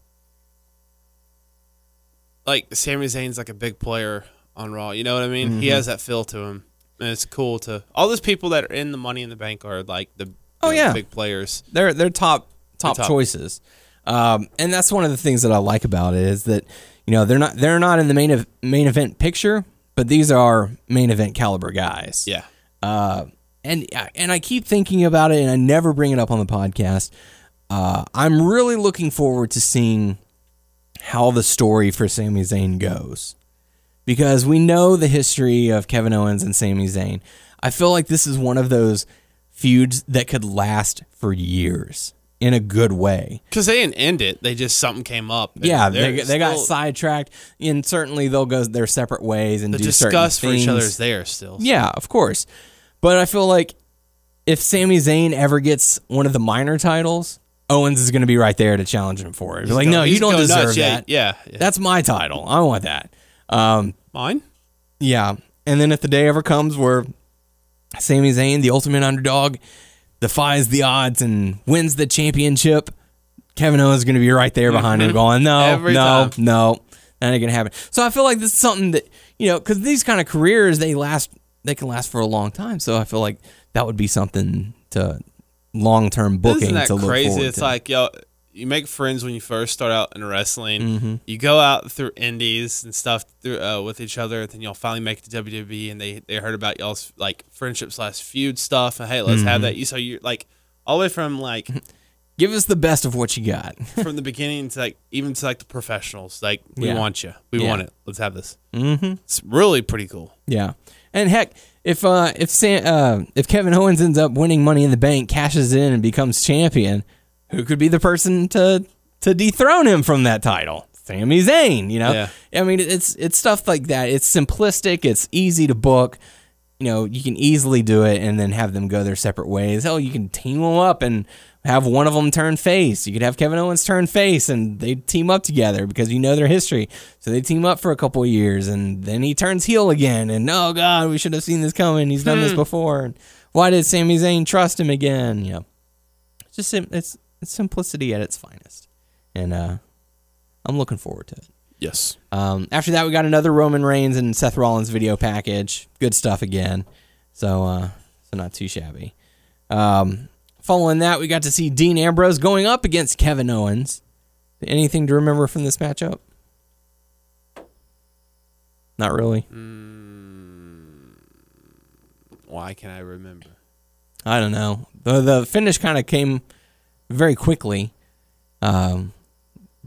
D: like Sami Zayn's like a big player on Raw. You know what I mean?
C: Mm-hmm.
D: He has that feel to him, and it's cool to all those people that are in the Money in the Bank are like the
C: Oh,
D: the
C: yeah.
D: big players.
C: they're they're top top,
D: top.
C: choices. Um, and that's one of the things that I like about it is that you know they're not they're not in the main ev- main event picture, but these are main event caliber guys.
D: Yeah,
C: Uh, and and I keep thinking about it, and I never bring it up on the podcast. Uh, I'm really looking forward to seeing how the story for Sami Zayn goes because we know the history of Kevin Owens and Sami Zayn. I feel like this is one of those feuds that could last for years in a good way.
D: because they didn't end it; they just something came up. and
C: Yeah, they,
D: they're
C: they got
D: still-
C: sidetracked, and certainly they'll go their separate ways and
D: the
C: do
D: disgust for
C: certain things.
D: each other is there still.
C: Yeah, of course. But I feel like if Sami Zayn ever gets one of the minor titles, Owens is going to be right there to challenge him for it. Be like, no,
D: He's
C: you don't
D: going
C: deserve
D: nuts. Yeah,
C: that.
D: Yeah, yeah.
C: That's my title. I want that. Um,
D: mine.
C: yeah. And then if the day ever comes where Sami Zayn, the ultimate underdog, defies the odds and wins the championship, Kevin Owens is going to be right there behind him going, no,
D: Every
C: no,
D: time.
C: no, that ain't going to happen. So I feel like this is something that, you know, because these kind of careers, they last, they can last for a long time. So I feel like that would be something to long term booking
D: Isn't that
C: to look
D: crazy?
C: forward
D: It's
C: to.
D: like yo, you make friends when you first start out in wrestling.
C: Mm-hmm.
D: You go out through indies and stuff through, uh, with each other, then y'all finally make it to WWE, and they they heard about y'all's like friendship slash feud stuff, and hey, let's
C: Mm-hmm.
D: have that. You so you're like all the way from like
C: Give us the best of what you got.
D: from the beginning to like even to like the professionals. Like we
C: Yeah.
D: want you, we
C: Yeah.
D: want it. Let's have this. Mm-hmm. It's really pretty cool.
C: Yeah, and heck, if uh, if Sam, uh, if Kevin Owens ends up winning Money in the Bank, cashes in, and becomes champion, who could be the person to to dethrone him from that title? Sami Zayn, you know.
D: Yeah.
C: I mean, it's it's stuff like that. It's simplistic. It's easy to book. You know, you can easily do it, and then have them go their separate ways. Hell, you can team them up and have one of them turn face. You could have Kevin Owens turn face, and they team up together because you know their history. So they team up for a couple of years, and then he turns heel again. And oh god, we should have seen this coming. He's done this before. And why did Sami Zayn trust him again? You know, it's just sim- it's, it's simplicity at its finest, and uh, I'm looking forward to it.
D: Yes.
C: Um, after that, we got another Roman Reigns and Seth Rollins video package. Good stuff again. So, uh, so not too shabby. Um, following that, we got to see Dean Ambrose going up against Kevin Owens. Anything to remember from this matchup? Not really.
D: Why can I remember?
C: I don't know. The the finish kind of came very quickly. Um,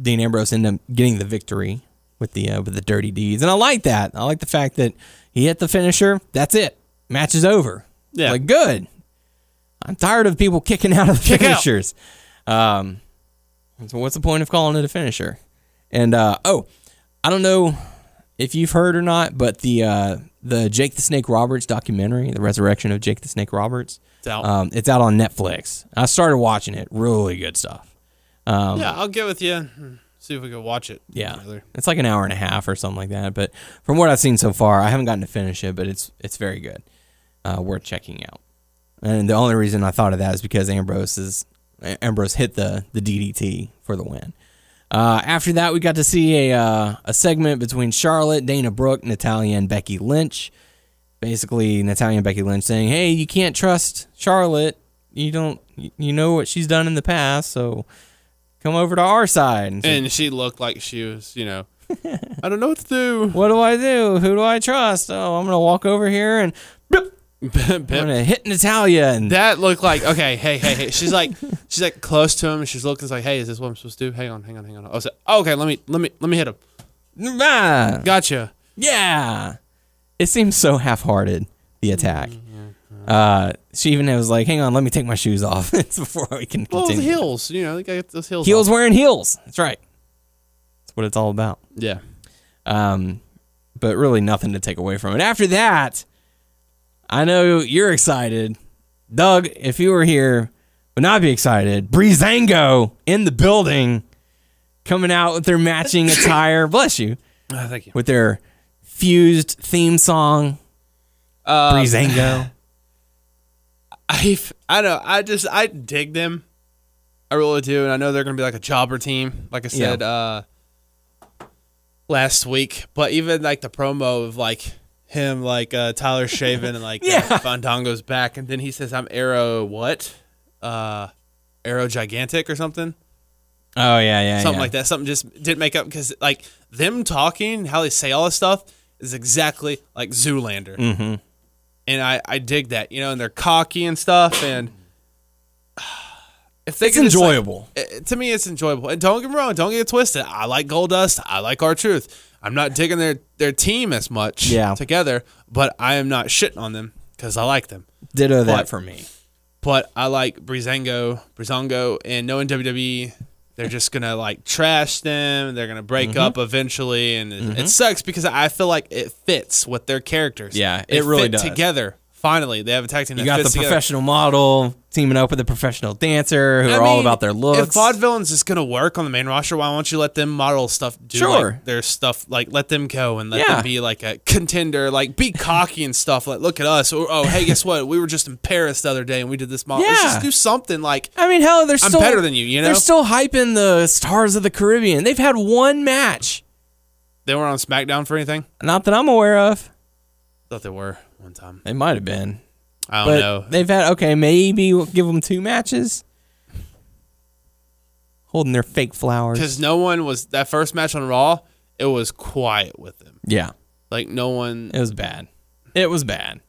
C: Dean Ambrose ended up getting the victory with the uh, with the dirty deeds, and I like that. I like the fact that he hit the finisher. That's it. Match is over.
D: Yeah.
C: like good. I'm tired of people kicking out of the
D: Kick out.
C: finishers. Um, So what's the point of calling it a finisher? And uh, oh, I don't know if you've heard or not, but the uh, the Jake the Snake Roberts documentary, the resurrection of Jake the Snake Roberts,
D: It's out.
C: um, it's out on Netflix. I started watching it. Really good stuff.
D: yeah, I'll get with you. and See if we can watch it.
C: Um, Yeah,
D: together.
C: it's like an hour and a half or something like that. But from what I've seen so far, I haven't gotten to finish it, but it's it's very good, uh, worth checking out. And the only reason I thought of that is because Ambrose is Ambrose hit the the DDT for the win. Uh, after that, we got to see a uh, a segment between Charlotte, Dana Brooke, Natalia, and Becky Lynch. Basically, Natalia and Becky Lynch saying, "Hey, you can't trust Charlotte. You don't. you- You know what she's done in the past, so." Come over to our side. And so
D: And she looked like she was, you know, I don't know what to do.
C: what do I do? Who do I trust? Oh, I'm gonna walk over here and bloop,
D: Pip-
C: I'm gonna hit Natalia and
D: that looked like okay. Hey, hey, hey. She's like, she's like close to him, and she's looking it's like, hey, is this what I'm supposed to do? Hang on, hang on, hang on. I was like, oh, okay, let me, let me, let me hit him.
C: Ah,
D: Gotcha.
C: yeah. It seems so half-hearted the attack. Uh, she even was like, "Hang on, let me take my shoes off." it's before we can
D: Well,
C: continue.
D: those heels, you know, they gotta get those heels.
C: Heels
D: off.
C: wearing heels. That's right. That's what it's all about.
D: Yeah.
C: Um, but really nothing to take away from it. After that, I know you're excited. Doug, if you were here, would not be excited. Breezango in the building coming out with their matching attire. Bless you.
D: Ah, thank you.
C: With their fused theme song,
D: Uh,
C: Breezango.
D: I, I know. I just, I dig them. I really do, and I know they're gonna be like a jobber team, like I said uh, last week. But even like the promo of like him, like uh, Tyler Shaven, and like
C: Yeah.
D: uh, Fandango's back, and then he says, "I'm Arrow what? Uh, Arrow Gigantic or something."
C: oh, yeah, yeah.
D: something like that. Something just didn't make up because like them talking, how they say all this stuff is exactly like Zoolander, mm-hmm. and I I dig that, you know, and they're cocky and stuff, and if they
C: It's
D: could just, like-
C: enjoyable.
D: it- to me, it's enjoyable. And don't get me wrong, don't get it twisted. I like Goldust, I like our truth. I'm not digging their their team as much
C: Yeah.
D: together, but I am not shitting on them because I like them
C: Ditto that
D: But-
C: for me.
D: but I like Brizango, Brizongo, and knowing WWE, they're just gonna like trash them. They're gonna
C: Mm-hmm.
D: break up eventually, and it, it sucks because I feel like it fits with their characters.
C: Yeah, it
D: They
C: really
D: fit
C: does.
D: Together, finally, they have a tag team.
C: You
D: that
C: got the
D: fits together.
C: professional model teaming up with the professional dancer who
D: I
C: are all
D: mean,
C: about their looks.
D: If vaudevillains is gonna work on the main roster, why don't you let them model stuff? Do like,
C: Sure.
D: their stuff. Like let them go and let
C: Yeah.
D: them be like a contender. Like be cocky and stuff. Like look at us. Or, oh hey, guess what? We were just in Paris the other day and we did this model. Let's
C: Yeah.
D: just do something like
C: I mean, hell, they're
D: I'm
C: still
D: better than you, you
C: they're
D: know?
C: still hyping the Stars of the Caribbean. They've had one match,
D: They weren't on SmackDown for anything.
C: not that I'm aware of.
D: thought they were one time.
C: They might have been,
D: I don't
C: but
D: know.
C: they've had okay, maybe we'll give them two matches, holding their fake flowers.
D: Because no one was that first match on Raw. It was quiet with them.
C: Yeah,
D: Like no one.
C: it was bad. It was bad.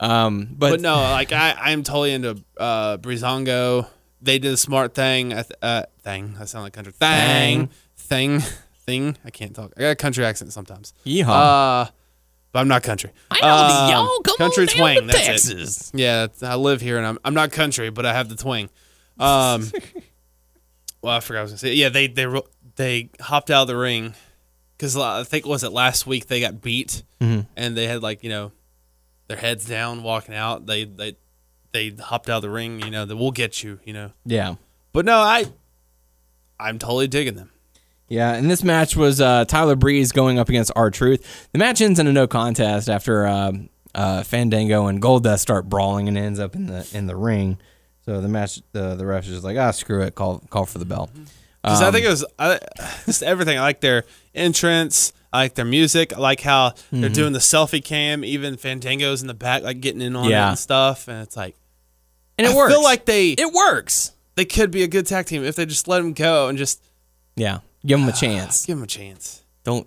C: Um, but,
D: But no, like I, I'm totally into uh, Brizongo. They did a smart thing. I th- Uh, thing. I sound like country. Thing. Thing. Thing. I can't talk. I got a country accent sometimes.
C: yeehaw.
D: Uh, but I'm not country. I know the y'all. Come country twang. that's it. Yeah, that's- I live here, and I'm I'm not country, but I have the twang. Um, well, I forgot what I was gonna say. Yeah, they they ro- they hopped out of the ring because I think was it last week they got beat, and they had like you know their heads down walking out. They they they hopped out of the ring. You know that we'll get you. You know,
C: yeah.
D: but no, I I'm totally digging them.
C: Yeah, and this match was uh, Tyler Breeze going up against R Truth. The match ends in a no contest after um uh, Fandango and Goldust start brawling and ends up in the in the ring. So the match, the the ref is just like, ah, screw it, call call for the bell.
D: Mm-hmm. Because I
C: Um,
D: think it was I, just everything. I like their entrance. I like their music. I like how they're
C: Mm-hmm.
D: doing the selfie cam. Even Fandango's in the back, like getting in on
C: Yeah.
D: it and stuff. And it's like
C: And it
D: I
C: works.
D: feel like they
C: it works.
D: they could be a good tag team if they just let them go and just
C: Yeah, give him a chance.
D: give them a chance.
C: Don't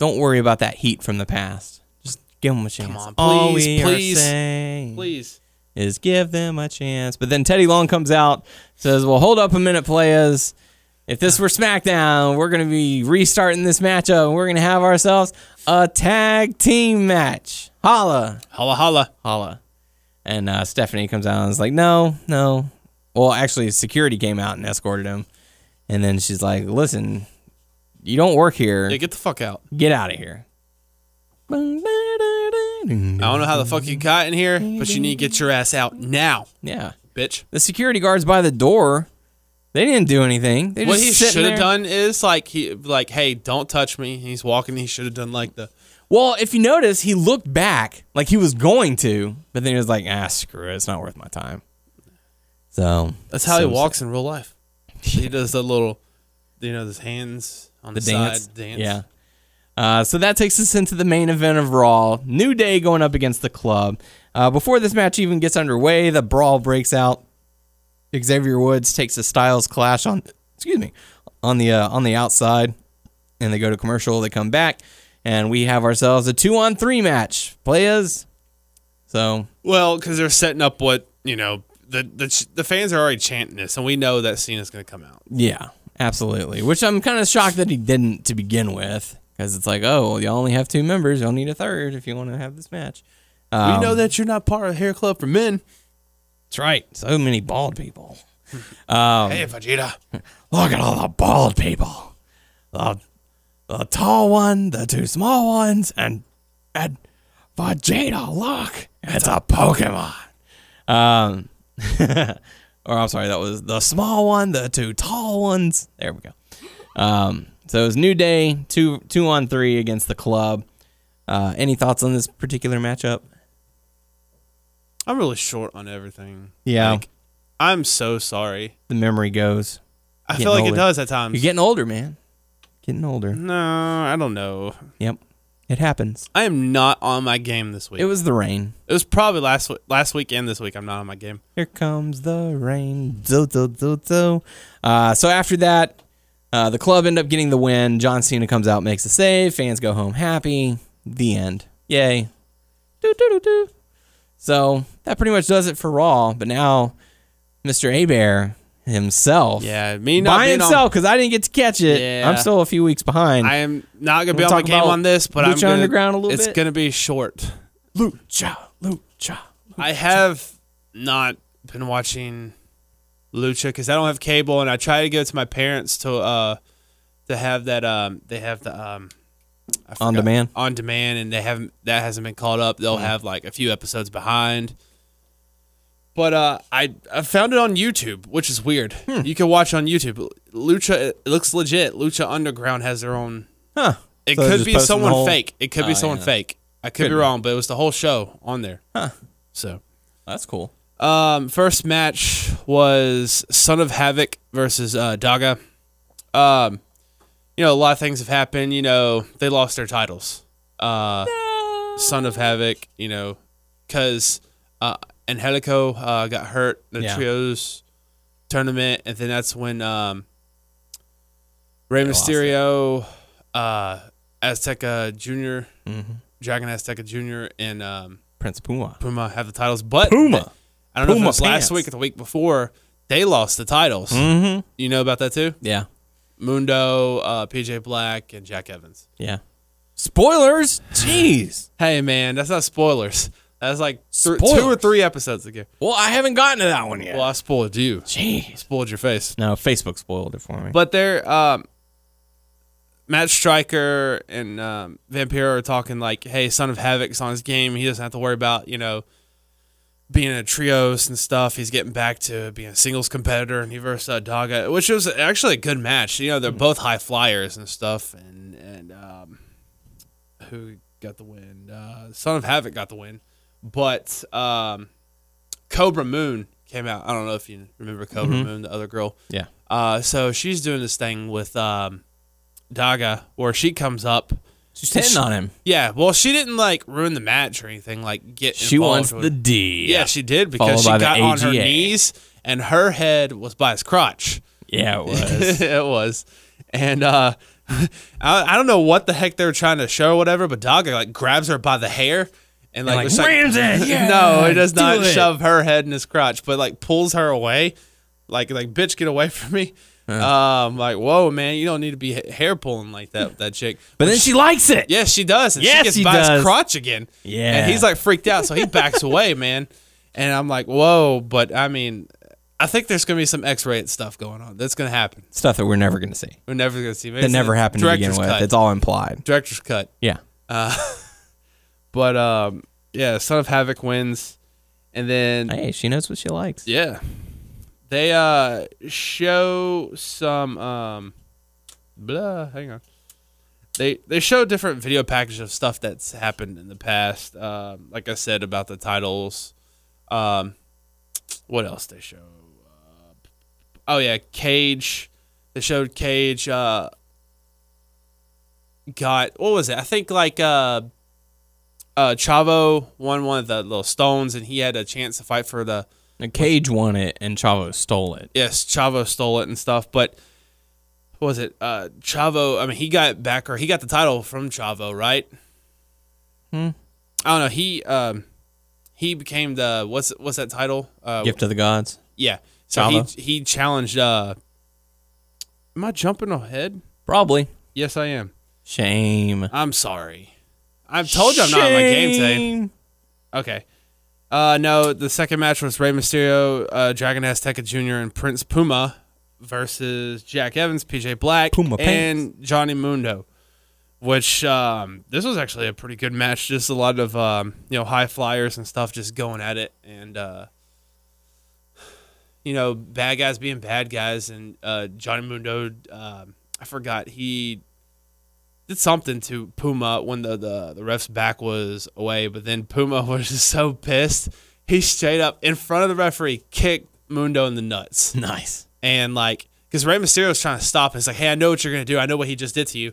C: don't worry about that heat from the past. Just give him a chance.
D: on,
C: All
D: please,
C: we are
D: please,
C: saying-
D: Please,
C: is give them a chance. But then Teddy Long comes out, says, Well, hold up a minute, players. If this were SmackDown, we're going to be restarting this matchup. and We're going to have ourselves a tag team match. Holla.
D: holla holla.
C: Holla. And uh, Stephanie comes out and is like, No, no. Well, actually, security came out and escorted him. And then she's like, "Listen, you don't work here.
D: Yeah, get the fuck out.
C: Get out of here." I don't
D: I don't know how the fuck you got in here, but you need to get your ass out now,
C: Yeah.
D: bitch.
C: The security guards by the door, they didn't do anything. They
D: What
C: just
D: he
C: sitting
D: should have
C: there.
D: done is like he like, hey, don't touch me. He's walking. He should have done like the
C: Well, if you notice, he looked back like he was going to, but then he was like, "Ah, screw it. It's not worth my time." So
D: That's how he
C: so-
D: walks in real life. He does the little, you know, his hands on the,
C: the dance.
D: side dance.
C: Yeah. Uh, so that takes us into the main event of Raw. New Day going up against the club. Uh, before this match even gets underway, the brawl breaks out. Xavier Woods takes a Styles clash on, excuse me, on the uh, on the outside, and they go to commercial. They come back, and we have ourselves a two on three match. Players, so
D: Well, because they're setting up what you know. The, the the fans are already chanting this, and we know that Cena's going to come out.
C: Yeah, absolutely. Which I'm kind of shocked that he didn't to begin with, because it's like, oh, well, y'all only have two members. Y'all need a third if you want to have this match. Um,
D: we know that you're not part of Hair Club for Men.
C: That's right. So many bald people. um,
D: hey, Vegeta.
C: Look at all the bald people. The, the tall one, the two small ones, and and Vegeta. Look, it's a Pokemon. Um, or I'm sorry, that was the small one, the two tall ones. There we go. Um, so it was New Day two two on three against the Club. Uh, any thoughts on this particular matchup?
D: I'm really short on everything.
C: Yeah,
D: Like, I'm so sorry.
C: the memory goes.
D: I
C: Getting
D: feel like
C: older.
D: it does at
C: You're
D: times.
C: getting older, man. Getting older.
D: no, I don't know.
C: Yep, it happens.
D: I am not on my game this week.
C: It was the rain.
D: It was probably last we- last week and this week. I'm not on my game.
C: Here comes the rain. Do, do, do, do. Uh, so after that, uh, the club end up getting the win. John Cena comes out, makes a save. Fans go home happy. The end. Yay. Do, do, do, do. So that pretty much does it for Raw. But now, Mr. Abear himself.
D: Yeah, me not
C: By
D: being on-
C: himself, because I didn't get to catch it.
D: Yeah.
C: I'm still a few weeks behind.
D: I am not gonna be
C: We'll
D: on my
C: talk
D: game
C: about
D: on this, but I'm
C: Lucha
D: gonna,
C: Underground a little
D: It's
C: bit.
D: gonna be short.
C: Lucha, Lucha.
D: I have not been watching Lucha because I don't have cable, and I try to go to my parents to uh to have that um they have the um I
C: On
D: forgot-
C: demand? Mm.
D: on demand, and they haven't that hasn't been caught up. They'll have like a few episodes behind. But uh, I I found it on YouTube, which is weird.
C: Hmm.
D: You can watch on YouTube. Lucha it looks legit. Lucha Underground has their own
C: Huh.
D: It
C: So they're
D: could
C: just
D: be
C: posting the
D: someone
C: whole-
D: fake. It could
C: Oh,
D: be someone
C: yeah.
D: fake. I could, be
C: be.
D: wrong, but it was the whole show on there.
C: Huh.
D: So,
C: That's cool.
D: um, first match was Son of Havoc versus uh, Daga. Um, you know, a lot of things have happened. You know, they lost their titles. Uh, Son of Havoc, you know, because uh, Angelico uh, got hurt in the
C: Yeah.
D: trios tournament, and then that's when um, Rey
C: lost
D: Mysterio, uh, Azteca junior
C: Mm-hmm.
D: Dragon Azteca Jr., and um,
C: Prince Puma.
D: Puma have the titles. But
C: Puma.
D: I don't know if
C: Puma
D: it was
C: pants.
D: last week or the week before, they lost the titles.
C: Mm-hmm.
D: You know about that too?
C: Yeah.
D: Mundo, uh, PJ Black, and Jack Evans.
C: Yeah. Spoilers? Jeez.
D: Hey, man, that's not spoilers. That's like thr- two or
C: Spoilers.
D: three episodes ago.
C: well, I haven't gotten to that one yet.
D: Well, I spoiled you.
C: Jeez.
D: Spoiled your face.
C: No, Facebook spoiled it for me.
D: But they're um, Matt Striker and um, Vampiro are talking like, "Hey, Son of Havoc's on his game. He doesn't have to worry about you know being in a trios and stuff. He's getting back to being a singles competitor." And he versus uh, Daga, which was actually a good match. You know,
C: Mm-hmm.
D: they're both high flyers and stuff. And and um, who got the win? Uh, Son of Havoc got the win, but um, Cobra Moon came out. I don't know if you remember Cobra
C: Mm-hmm.
D: Moon, the other girl.
C: yeah.
D: Uh, so she's doing this thing with um, Daga where she comes up.
C: She's hitting on him.
D: Yeah, well, she didn't like ruin the match or anything. Like get
C: She wants
D: involved
C: the
D: with-
C: D.
D: yeah. she did because
C: Followed by
D: she
C: the
D: got on her
C: AGA.
D: knees and her head was by his crotch.
C: Yeah, it was.
D: it was, and uh, I, I don't know what the heck they were trying to show or whatever, but Daga like grabs her by the hair. And like,
C: like,
D: was
C: "Rams it! Yeah,
D: no, it does
C: do
D: not
C: it!"
D: shove her head in his crotch, but like pulls her away, like like bitch, get away from me. Um, like whoa, man, you don't need to be ha- hair pulling like that with that chick.
C: but then she likes it.
D: Yes, she does. And
C: Yes,
D: she gets
C: he
D: by
C: does.
D: his crotch again.
C: Yeah.
D: And he's like freaked out, so he backs away, man. And I'm like, whoa, but I mean, I think there's going to be some X-rated stuff going on. That's going to happen.
C: Stuff that we're never going to see.
D: We're never going to see. Maybe
C: That
D: it's
C: never
D: a
C: happened to begin
D: director's
C: with.
D: cut.
C: It's all implied.
D: director's cut.
C: Yeah.
D: But um, yeah, Son of Havoc wins, and then
C: Hey, she knows what she likes.
D: yeah, they uh show some um, blah. Hang on, they they show different video packages of stuff that's happened in the past. Um, like I said about the titles. Um, what else they show? Uh, oh yeah, Cage. They showed Cage. Uh, got what was it? I think like uh uh, Chavo won one of the little stones, and he had a chance to fight for the.
C: And Cage won it, and Chavo stole it.
D: Yes, Chavo stole it and stuff, but what was it? Uh, Chavo. I mean, he got back or he got the title from Chavo, right?
C: Hmm.
D: I don't know. He um, he became the what's what's that title? Uh,
C: Gift of the gods.
D: yeah. So
C: Chavo.
D: he he challenged. Uh, am I jumping ahead?
C: Probably.
D: Yes, I am.
C: Shame.
D: I'm sorry. I've told you I'm not on my game today.
C: Shame.
D: Okay. Uh, no, the second match was Rey Mysterio, uh, Dragon Azteca Jr., and Prince Puma versus Jack Evans, PJ Black,
C: Puma
D: and Johnny Mundo. Which um, this was actually a pretty good match. Just a lot of um, you know high flyers and stuff just going at it, and uh, you know bad guys being bad guys, and uh, Johnny Mundo. Um, I forgot he did something to Puma when the, the, the ref's back was away, but then Puma was just so pissed. He straight up in front of the referee kicked Mundo in the nuts.
C: Nice.
D: And like, because Rey Mysterio was trying to stop him. He's like, hey, I know what you're going to do. I know what he just did to you.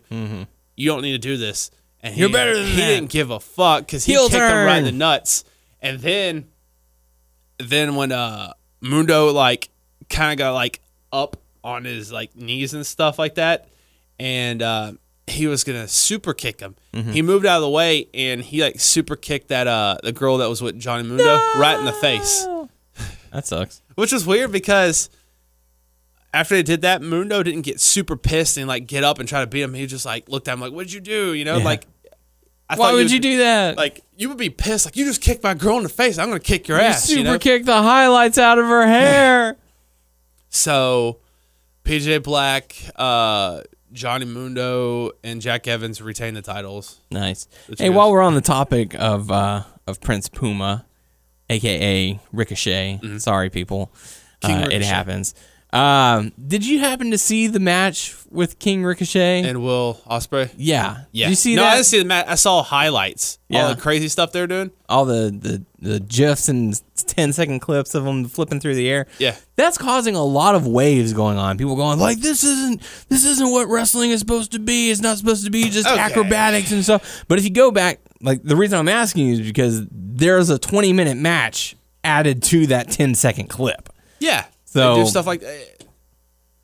D: You don't need to do this. And he,
C: Mm-hmm. You're better than
D: He
C: that.
D: didn't give a fuck because he
C: Heel
D: kicked him right in the
C: turn.
D: nuts. And then, then when uh Mundo like kind of got like up on his like knees and stuff like that, and uh, he was gonna super kick him.
C: Mm-hmm.
D: He moved out of the way and he like super kicked that uh the girl that was with Johnny Mundo right in the face,
C: That sucks.
D: which was weird because after they did that, Mundo didn't get super pissed and like get up and try to beat him. He just like looked at him like, "What'd you do?" You know,
C: Yeah.
D: like I thought
C: Why
D: he
C: would
D: was-
C: you do that?
D: Like you would be pissed. Like you just kicked my girl in the face. I'm gonna kick your
C: you
D: ass.
C: super
D: you know?
C: kicked the highlights out of her hair.
D: So, PJ Black, uh, Johnny Mundo, and Jack Evans retain the titles.
C: Nice.
D: That's
C: hey,
D: good.
C: while we're on the topic of uh, of Prince Puma, aka Ricochet. Sorry, people.
D: Mm-hmm. King
C: Uh, It
D: Ricochet.
C: happens. Um, did you happen to see the match with King Ricochet?
D: And Will Osprey.
C: yeah.
D: Yeah.
C: Did you see
D: no, I
C: that?
D: didn't see the match. I saw highlights.
C: Yeah.
D: All the crazy stuff they're doing.
C: All the, the, the gifs and 10 second clips of them flipping through the air.
D: Yeah.
C: That's causing a lot of waves going on. People going like, "This isn't this isn't what wrestling is supposed to be. It's not supposed to be just
D: Okay.
C: acrobatics and stuff." But if you go back, like the reason I'm asking you is because there's a 20 minute match added to that 10 second clip.
D: Yeah.
C: So-
D: they do stuff like.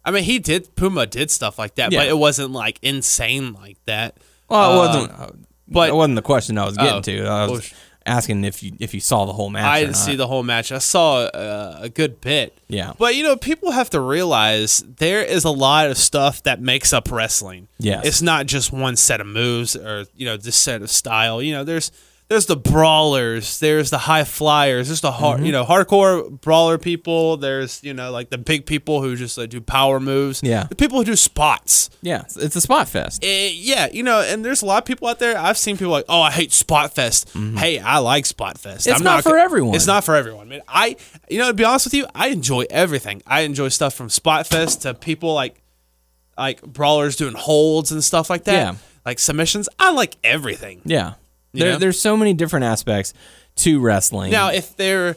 D: I mean, he did. Puma did stuff like that,
C: Yeah.
D: but it wasn't like insane like that.
C: Well,
D: Uh,
C: it wasn't. But
D: but-
C: that wasn't the question I was getting
D: Oh.
C: to. I
D: Well,
C: was
D: sh-
C: asking if you if you saw the whole match.
D: I
C: or
D: didn't see
C: not.
D: the whole match. I saw uh, a good bit.
C: Yeah.
D: But you know, people have to realize there is a lot of stuff that makes up wrestling.
C: Yes.
D: It's not just one set of moves or you know this set of style. You know, there's there's the brawlers, there's the high flyers, there's the hard
C: Mm-hmm.
D: you know hardcore brawler people. There's you know like the big people who just like, do power moves.
C: Yeah.
D: The people who do spots.
C: yeah, it's- it's a spot fest.
D: Eh, yeah, you know, and there's a lot of people out there. I've seen people like, "Oh, I hate Spot Fest." Hey, I like Spot Fest.
C: Mm-hmm. It's not for everyone.
D: It's not for everyone, man. I, you know, to be honest with you, I enjoy everything. I enjoy stuff from Spot Fest to people like, like brawlers doing holds and stuff like that.
C: Yeah.
D: Like submissions, I like everything.
C: yeah,
D: You
C: there,
D: know?
C: there's so many different aspects to wrestling.
D: Now, if there,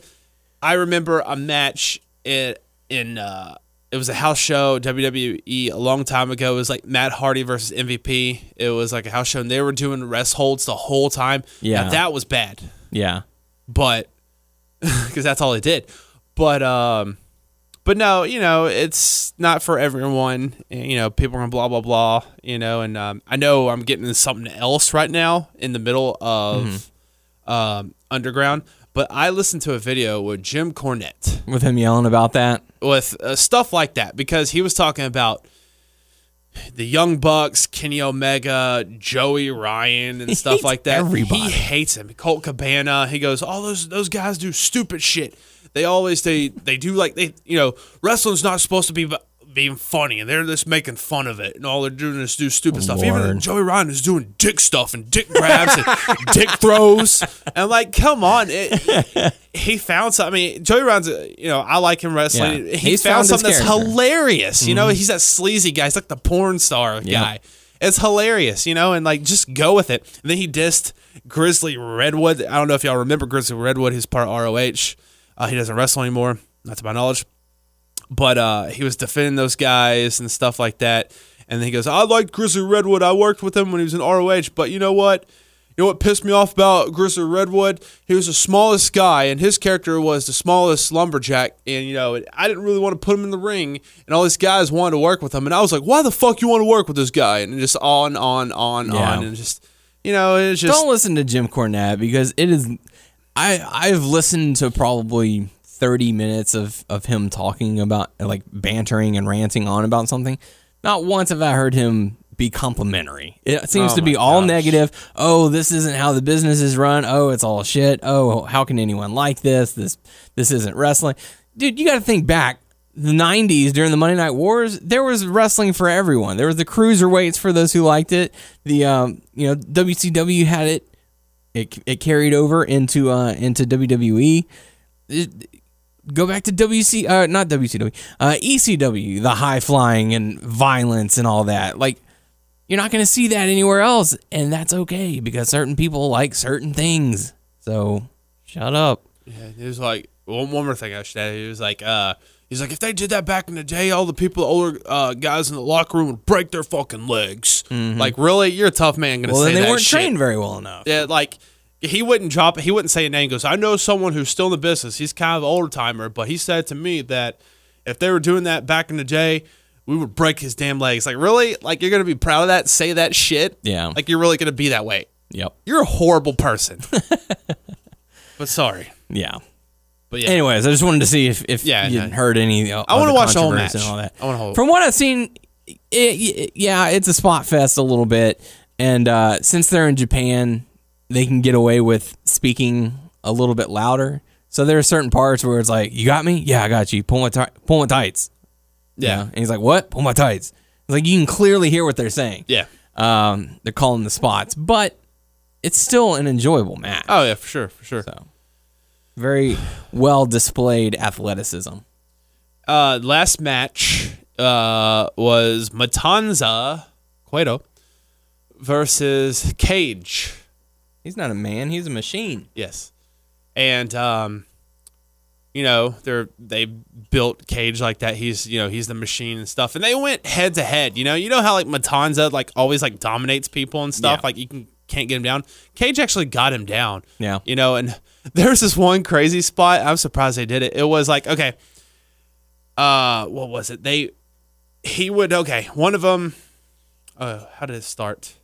D: I remember a match in in uh, it was a house show WWE a long time ago. It was like Matt Hardy versus MVP. It was like a house show, and they were doing rest holds the whole time. Now,
C: Yeah.
D: that was bad,
C: yeah,
D: but because that's all they did. But um, but no, you know, it's not for everyone. and, You know, people are gonna blah blah blah. You know, and um, I know I'm getting into something else right now in the middle of um, underground. But I listened to a video with Jim Cornette
C: with him yelling about that.
D: with uh, stuff like that because he was talking about the Young Bucks, Kenny Omega, Joey Ryan, and stuff
C: hates
D: like that.
C: everybody.
D: He hates him. Colt Cabana. He goes, all those those guys do stupid shit. They always they they do like they you know wrestling's not supposed to be about being funny and they're just making fun of it and all they're doing is do stupid stuff. Even
C: Lord.
D: Joey Ryan is doing dick stuff and dick grabs and dick throws and like come on, it, he found something. I mean, Joey Ryan's a- you know I like him wrestling.
C: Yeah.
D: He
C: He's
D: found,
C: found his
D: something that's
C: character. Mm-hmm.
D: hilarious. You know he's that sleazy guy. He's like the porn star guy. It's hilarious, you know, and like just go with it. And then he dissed Grizzly Redwood. I don't know if y'all remember Grizzly Redwood. He's part of ROH. Uh, he doesn't wrestle anymore, not to my knowledge. But uh, he was defending those guys and stuff like that. And then he goes, "I liked Grizzly Redwood. I worked with him when he was in ROH. But you know what? You know what pissed me off about Grizzly Redwood? He was the smallest guy, and his character was the smallest lumberjack. And you know, I didn't really want to put him in the ring. And all these guys wanted to work with him, and I was like, "Why the fuck you want to work with this guy?" And just on, on, on,
C: Yeah.
D: on, and just you know, it's just
C: Don't listen to Jim Cornette because it is. I I've listened to probably thirty minutes of of him talking about like bantering and ranting on about something. Not once have I heard him be complimentary. It seems
D: Oh
C: to be
D: my
C: all
D: gosh.
C: negative. Oh, this isn't how the business is run. Oh, it's all shit. Oh, how can anyone like this? This this isn't wrestling. Dude, you got to think back. The 90s during the Monday Night Wars, there was wrestling for everyone. There was the cruiserweights for those who liked it. The um, you know, WCW had it it it carried over into uh into WWE. It- go back to WC uh not WCW uh ECW the high flying and violence and all that like you're not gonna see that anywhere else and that's okay because certain people like certain things so shut up
D: Yeah, he was like one, one more thing I should add. He was like, uh, he's like, if they did that back in the day, all the people, older uh, guys in the locker room would break their fucking legs. Like, really, you're a tough man.
C: Mm-hmm.
D: Gonna
C: well
D: say
C: then they
D: that
C: weren't
D: shit.
C: trained very well enough
D: Yeah, like he wouldn't drop it. He wouldn't say a name. He Goes, I know someone who's still in the business. He's kind of an older timer, but he said to me that if they were doing that back in the day. We would break his damn legs. Like really? Like you're gonna be proud of that? Say that shit?
C: Yeah.
D: Like you're really gonna be that way?
C: yep
D: You're a horrible person. but sorry.
C: yeah
D: But yeah.
C: Anyways, I just wanted to see if, if
D: Yeah,
C: you
D: no.
C: would heard any.
D: I
C: want
D: wanna
C: to
D: watch the whole
C: And
D: match.
C: all that.
D: I wanna whole-
C: From what I've seen, it, it, yeah, it's a spot fest a little bit, and uh, since they're in Japan, they can get away with speaking a little bit louder. So there are certain parts where it's like, "You got me? Yeah, I got you. Pull my ti- pull my tights."
D: Yeah.
C: and he's like, "What? Pull my tights?" It's like you can clearly hear what they're saying.
D: Yeah.
C: um, they're calling the spots, but it's still an enjoyable match.
D: Oh yeah, for sure, for sure.
C: So very well displayed athleticism.
D: Uh, last match uh, was Matanza Cueto versus Cage.
C: He's not a man. He's a machine.
D: Yes, and um, you know they're they built Cage like that. He's you know he's the machine and stuff. And they went head to head. You know you know how like Matanza like always like dominates people and stuff.
C: Yeah.
D: Like you can can't get him down. Cage actually got him down.
C: Yeah.
D: you know and there's this one crazy spot. I'm surprised they did it. It was like okay. uh what was it they he would okay one of them uh how did it start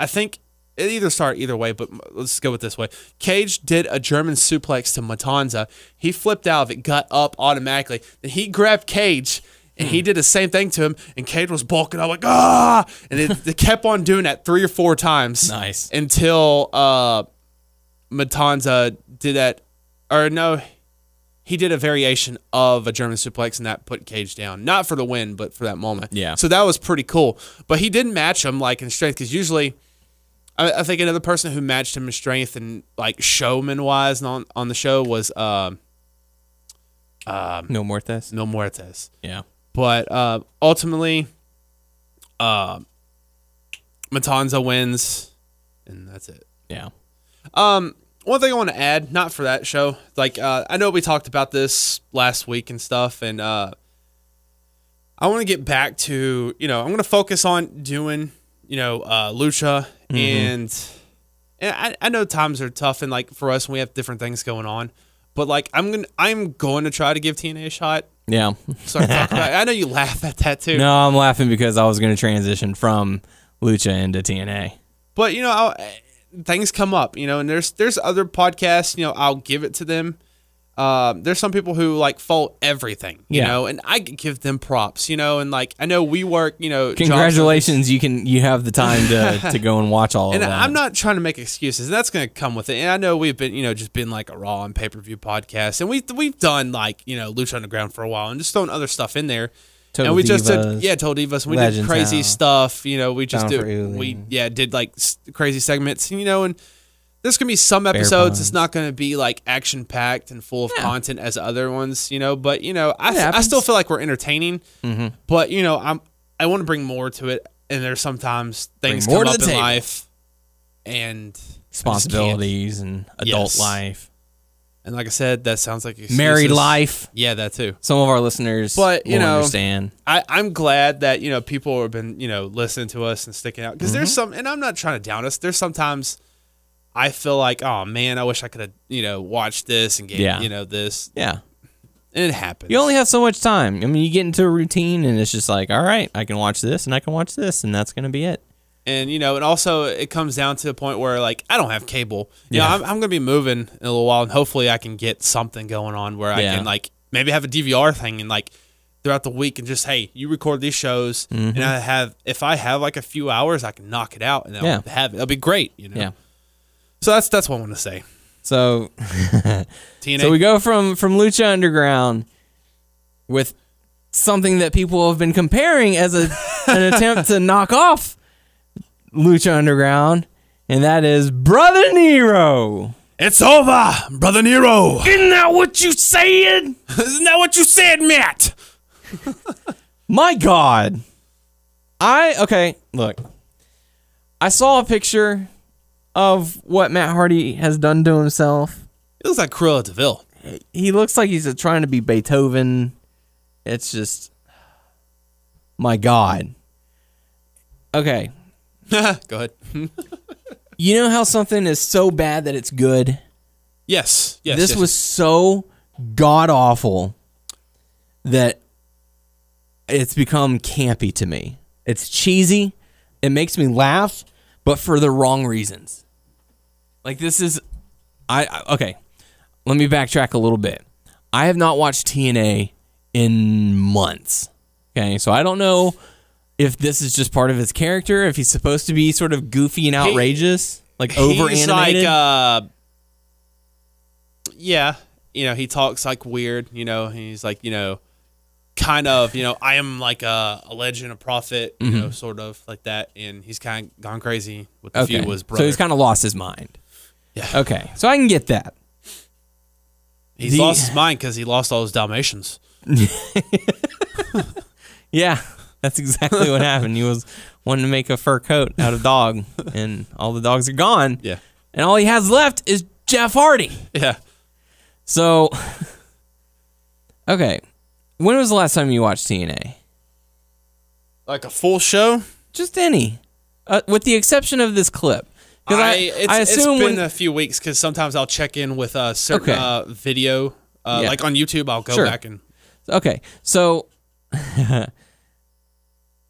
D: i think it either start either way but m- let's go with this way cage did a german suplex to matanza he flipped out of it got up automatically then he grabbed cage and he did the same thing to him and cage was bulking out like ah and it, they kept on doing that three or four times
C: Nice.
D: until uh matanza did that or no he did a variation of a German suplex and that put Cage down. Not for the win, but for that moment.
C: Yeah.
D: So that was pretty cool. But he didn't match him like in strength because usually, I, I think another person who matched him in strength and like showman wise and on, on the show was um
C: No more this.
D: Mil Muertes.
C: Yeah.
D: But uh, ultimately, uh, Matanza wins, and that's it.
C: Yeah.
D: Um, one thing I want to add, not for that show, like uh, I know we talked about this last week and stuff, and uh, I want to get back to you know I'm going to focus on doing you know uh, lucha and and I, I know times are tough and like for us we have different things going on, but like I'm gonna I'm going to try to give TNA a shot.
C: Yeah.
D: Sorry, to talk about it. I know you laugh at that too.
C: No, I'm laughing because I was going to transition from Lucha into TNA.
D: but you know eh, I'll, things come up you know and there's there's other podcasts you know i'll give it to them um, there's some people who like fault everything, you
C: Yeah.
D: know, and I give them props, you know, and like I know we work, you know, jobs-
C: Congratulations, you can you have the time to, to go and watch all
D: And
C: of that.
D: I'm not trying to make excuses, and that's going to come with it. And I know we've been, you know, just been like a raw and pay per view podcast, and we we've done like you know Lucha Underground for a while, and just thrown other stuff in there.
C: Total
D: and we just
C: Divas,
D: did, yeah, told Divas, and we did
C: Legends
D: crazy
C: Hour.
D: stuff. You know, we just
C: Bound for
D: did,
C: Italy.
D: we yeah did like s- crazy segments, and you know, and there's gonna be some episodes
C: puns.
D: it's not gonna be like action packed and full of content as other ones, you know. But you know, I, I
C: happens.
D: still feel like we're entertaining, but you know, I'm I want to bring more to it, and there's sometimes things
C: more to
D: come up
C: the
D: in
C: table.
D: life, and
C: responsibilities and adult
D: Yes.
C: life,
D: and like I said, that sounds like excuses.
C: married life.
D: yeah, that too.
C: Some of our listeners,
D: But, you
C: will
D: know,
C: understand.
D: I, I'm glad that you know people have been you know listening to us and sticking out because there's
C: Mm-hmm.
D: some and I'm not trying to down us. There's sometimes I feel like oh man, I wish I could have you know watched this and gave
C: Yeah.
D: you know this
C: Yeah,
D: and it happens.
C: you only have so much time. I mean, you get into a routine, and it's just like, all right, I can watch this, and I can watch this, and that's gonna be it.
D: and you know and also it comes down to the point where like I don't have cable. You
C: Yeah.
D: know I'm, I'm gonna be moving in a little while and hopefully I can get something going on where I
C: Yeah.
D: can like maybe have a DVR thing and like throughout the week and just hey you record these shows
C: Mm-hmm.
D: and I have if I have like a few hours I can knock it out and I'll
C: Yeah.
D: have it. It'll be great. You know.
C: Yeah.
D: So that's that's what I want to say.
C: So,
D: TNA.
C: so we go from from Lucha Underground with something that people have been comparing as a an attempt to knock off Lucha Underground, and that is Brother Nero.
D: it's over, brother Nero.
C: Isn't that what you saying?
D: Isn't that what you said, Matt?
C: My God. I, okay, look. I saw a picture of what Matt Hardy has done to himself.
D: It looks like Cruella Deville.
C: He looks like he's trying to be Beethoven. It's just, my God. Okay.
D: Go ahead.
C: You know how something is so bad that it's good?
D: Yes. Yes.
C: this
D: yes.
C: was so god awful that it's become campy to me. It's cheesy. It makes me laugh, but for the wrong reasons. Like this is, I I- okay. Let me backtrack a little bit. I have not watched TNA in months. Okay, so I don't know if this is just part of his character. If he's supposed to be sort of goofy and outrageous, like over
D: He's like,
C: animated.
D: uh, yeah. You know, he talks like weird. You know, he's like, you know, kind of, you know, I am like a, a legend, a prophet, you
C: Mm-hmm.
D: know, sort of like that. And he's kind of gone crazy with the few was brother.
C: So he's kind of lost his mind.
D: Yeah.
C: Okay. So I can get that.
D: he's
C: the-
D: lost his mind because he lost all his Dalmatians.
C: Yeah. That's exactly what happened. He was wanting to make a fur coat out of dog, and all the dogs are gone.
D: Yeah.
C: And all he has left is Jeff Hardy.
D: Yeah.
C: So, okay. When was the last time you watched TNA?
D: Like a full show.
C: Just any, uh, with the exception of this clip. Because I,
D: it's,
C: I assume
D: it's been
C: when,
D: a few weeks because sometimes I'll check in with a certain
C: Okay.
D: uh, video, uh,
C: Yeah.
D: like on YouTube. I'll go
C: Sure.
D: back and
C: Okay, so I,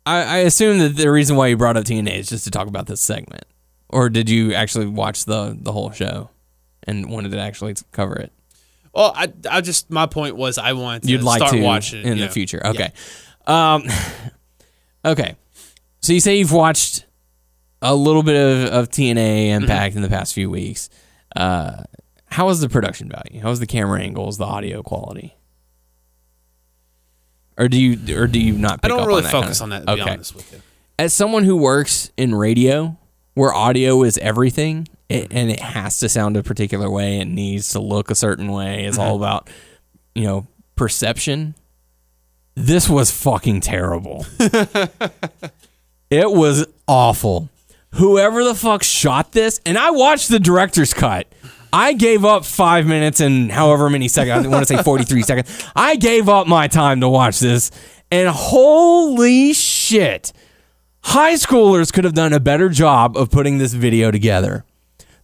C: I assume that the reason why you brought up TNA is just to talk about this segment, or did you actually watch the the whole show and wanted to actually cover it?
D: well, I, I just my point was I wanted to
C: You'd like
D: start
C: to
D: watching it,
C: in
D: yeah.
C: the future. Okay, um, okay. So you say you've watched a little bit of, of TNA
D: Mm-hmm.
C: Impact in the past few weeks. Uh, how was the production value? How was the camera angles? The audio quality? Or do you or do you not? Pick
D: I don't
C: up
D: really
C: on that
D: focus
C: kind
D: on
C: of-
D: that. To be
C: okay.
D: honest with you,
C: As someone who works in radio, where audio is everything, it, and it has to sound a particular way, it needs to look a certain way. It's all about you know perception. This was fucking terrible. It was awful. Whoever the fuck shot this, and I watched the director's cut. I gave up five minutes and however many seconds. I want to say 43 seconds. I gave up my time to watch this, and holy shit. High schoolers could have done a better job of putting this video together.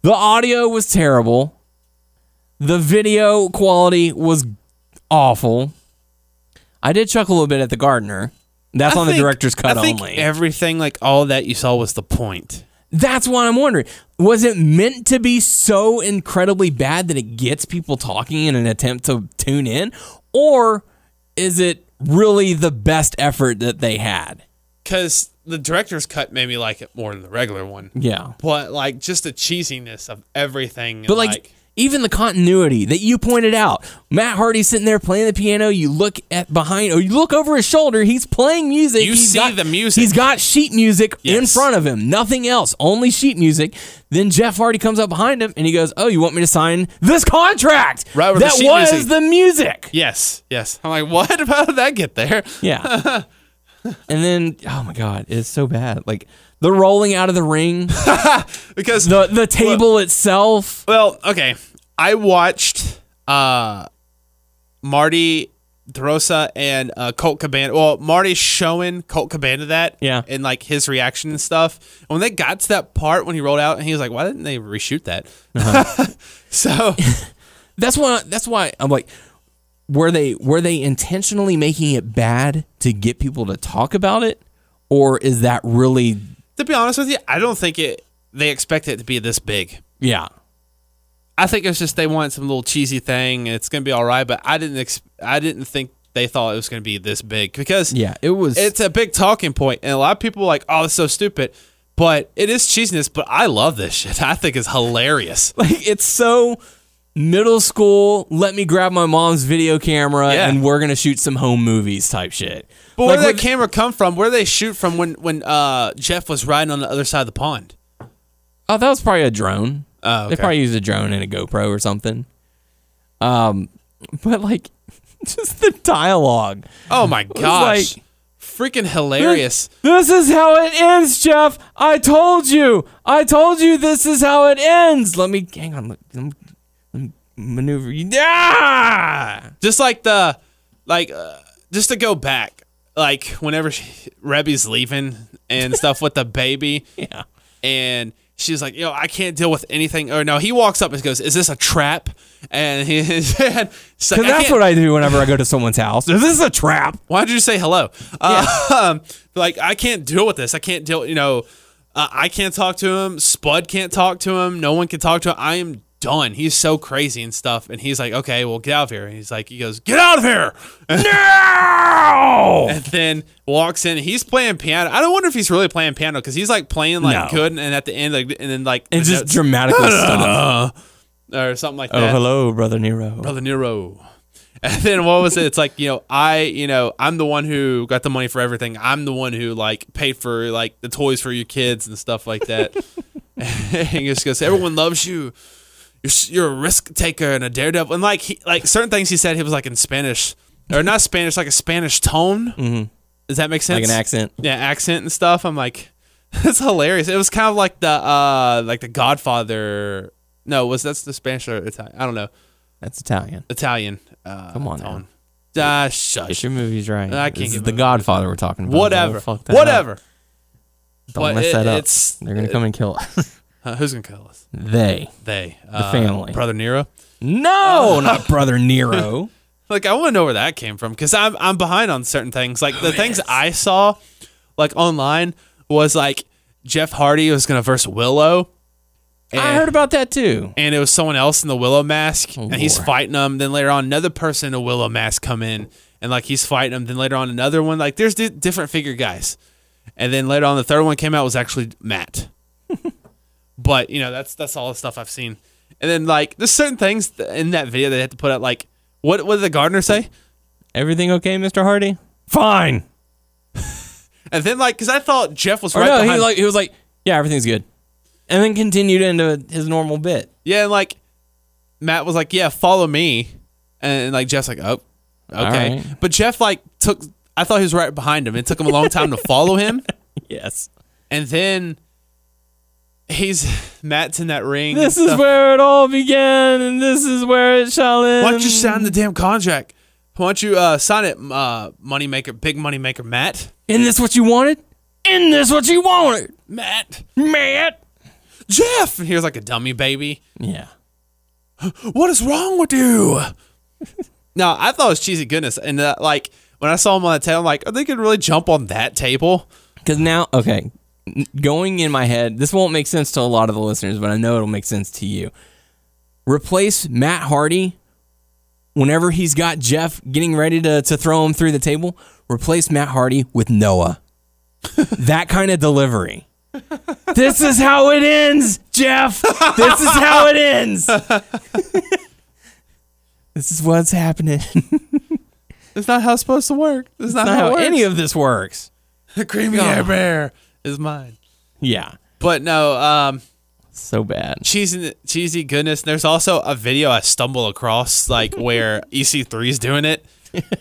C: The audio was terrible. The video quality was awful. I did chuckle a little bit at the gardener. That's
D: I
C: on
D: think-
C: the director's cut
D: I think
C: only.
D: Everything like all that you saw was the point.
C: That's what I'm wondering. Was it meant to be so incredibly bad that it gets people talking in an attempt to tune in? Or is it really the best effort that they had?
D: Because the director's cut made me like it more than the regular one.
C: Yeah.
D: But like just the cheesiness of everything.
C: But like, even the continuity that you pointed out, Matt Hardy's sitting there playing the piano. You look at behind, or you look over his shoulder. He's playing music.
D: You
C: He's
D: see the music.
C: He's got sheet music in
D: Yes.
C: front of him. Nothing else. Only sheet music. Then Jeff Hardy comes up behind him and he goes, "Oh, you want me to sign this contract?
D: Right over the
C: that
D: sheet
C: was
D: music."
C: the music.
D: yes, yes. I'm like, what? How did that get there?
C: Yeah. and then, oh my God, it's so bad. Like the rolling out of the ring,
D: Because
C: the the table itself.
D: Well, okay. I watched uh Marty DeRosa and uh, Colt Cabana. Well, Marty's showing Colt Cabana that,
C: Yeah.
D: and like his reaction and stuff. And when they got to that part when he rolled out, and he was like, "Why didn't they reshoot that?"
C: Uh-huh.
D: so
C: that's why that's why I'm like were they were they intentionally making it bad to get people to talk about it or is that really
D: to be honest with you, I don't think it. They expect it to be this big.
C: yeah
D: I think it's just they want some little cheesy thing. And it's gonna be all right, but I didn't. Ex- I didn't think they thought it was gonna be this big because
C: yeah it was
D: it's a big talking point, and a lot of people are like, "Oh, it's so stupid," but it is cheesiness. But I love this shit. I think it's hilarious.
C: like it's so middle school let me grab my mom's video camera
D: Yeah.
C: and we're going to shoot some home movies type shit
D: But where
C: Like,
D: did
C: what-
D: that camera come from? Where did they shoot from when when uh, Jeff was riding on the other side of the pond?
C: oh that was probably a drone
D: Oh, okay.
C: They probably used a drone and a GoPro or something. Um, but like, just the dialogue.
D: oh my gosh,
C: like-
D: freaking hilarious!
C: This is how it ends, Jeff. I told you. I told you this is how it ends. Let me hang on. Let, let me, let me maneuver you. Ah!
D: Just like the like, uh, just to go back, like whenever she, Rebby's leaving and stuff with the baby,
C: Yeah.
D: and she's like, "Yo, I can't deal with anything." Or no, he walks up and goes, "Is this a trap?" And he, she's like,
C: Because that's
D: can't-
C: what I do whenever I go to someone's house. This is a trap.
D: Why did you say hello? Uh, um, like I can't deal with this. I can't deal. You know, uh, I can't talk to him. Spud can't talk to him. No one can talk to him. I am done. He's so crazy and stuff. And he's like, "Okay, well, get out of here." And he's like, he goes, "Get out of here!"
C: No!
D: and then walks in. He's playing piano. I don't wonder if he's really playing piano because he's like playing like
C: No.
D: good, and at the end, like and then like
C: It
D: the
C: just
D: notes-
C: dramatically stops.
D: or something like
C: Oh,
D: that.
C: hello, Brother Nero.
D: Brother Nero. And then what was it? It's like, you know, I, you know, I'm the one who got the money for everything. I'm the one who like paid for like the toys for your kids and stuff like that. and he just goes, everyone loves you. You're, s- you're a risk taker and a daredevil. And like, he, like certain things he said, he was like in Spanish or not Spanish, like a Spanish tone. Mm-hmm. Does that make sense?
C: Like an accent.
D: yeah, accent and stuff. I'm like, that's hilarious. It was kind of like the uh like the Godfather. No, was that's the Spanish or Italian? I don't know.
C: That's Italian.
D: Italian. Uh,
C: Come on now.
D: tone. Ah,
C: Get
D: shush.
C: your movies right.
D: I
C: This
D: can't
C: is
D: get
C: the
D: my-
C: Godfather we're talking about. Don't
D: Whatever.
C: fuck that up.
D: Whatever.
C: Don't
D: But
C: mess
D: it-
C: that up.
D: it's-
C: They're gonna come and kill us.
D: Uh, who's gonna kill us?
C: they.
D: They. Uh,
C: family.
D: Brother Nero.
C: No, not brother Nero.
D: Like I want to know where that came from because I'm I'm behind on certain things. Like
C: Oh,
D: the things I saw, like online, was like Jeff Hardy was gonna verse Willow. And,
C: I heard about that too.
D: and it was someone else in the Willow mask, and he's
C: Oh, Lord.
D: fighting them. Then later on, another person in a Willow mask come in, and like he's fighting them. Then later on, another one. Like there's di- different figure guys, and then later on, the third one came out was actually Matt. but you know that's that's all the stuff I've seen. And then like there's certain things th- in that video they had to put out. Like what what did the gardener say?
C: Everything okay, Mr. Hardy? Fine.
D: And then like because I thought Jeff was
C: Or
D: right
C: Oh, no,
D: behind.
C: he like he was like, yeah, everything's good, and then continued into his normal bit.
D: yeah, and like Matt was like, yeah, follow me, and like Jeff's like, oh, okay.
C: right.
D: But Jeff like took. I thought he was right behind him. It took him a long time to follow him,
C: Yes.
D: and then he's Matt's in that ring.
C: This
D: and
C: is
D: stuff.
C: where it all began, and this is where it shall end.
D: Why don't you sign the damn contract? Why don't you uh, sign it, uh, moneymaker, big moneymaker Matt?
C: Isn't this what you wanted? Isn't this what you wanted,
D: Matt,
C: Matt?
D: Jeff. And he was like a dummy baby.
C: Yeah.
D: What is wrong with you? no, I thought it was cheesy goodness, and uh, like when I saw him on the table, I'm like, are they gonna really jump on that table?
C: Because now, okay, going in my head, this won't make sense to a lot of the listeners, but I know it'll make sense to you. Replace Matt Hardy whenever he's got Jeff getting ready to, to throw him through the table. Replace Matt Hardy with Noah. that kind of delivery. this is how it ends, Jeff. This is how it ends. this is what's happening. That's
D: It's not how it's supposed to work. It's not,
C: not
D: how,
C: how any
D: of
C: of Oh. this works.
D: the creamy hair bear is mine.
C: Yeah.
D: But no, um,
C: So bad.
D: cheesy, cheesy goodness. There's also a video I stumble across, like where E EC3's doing it,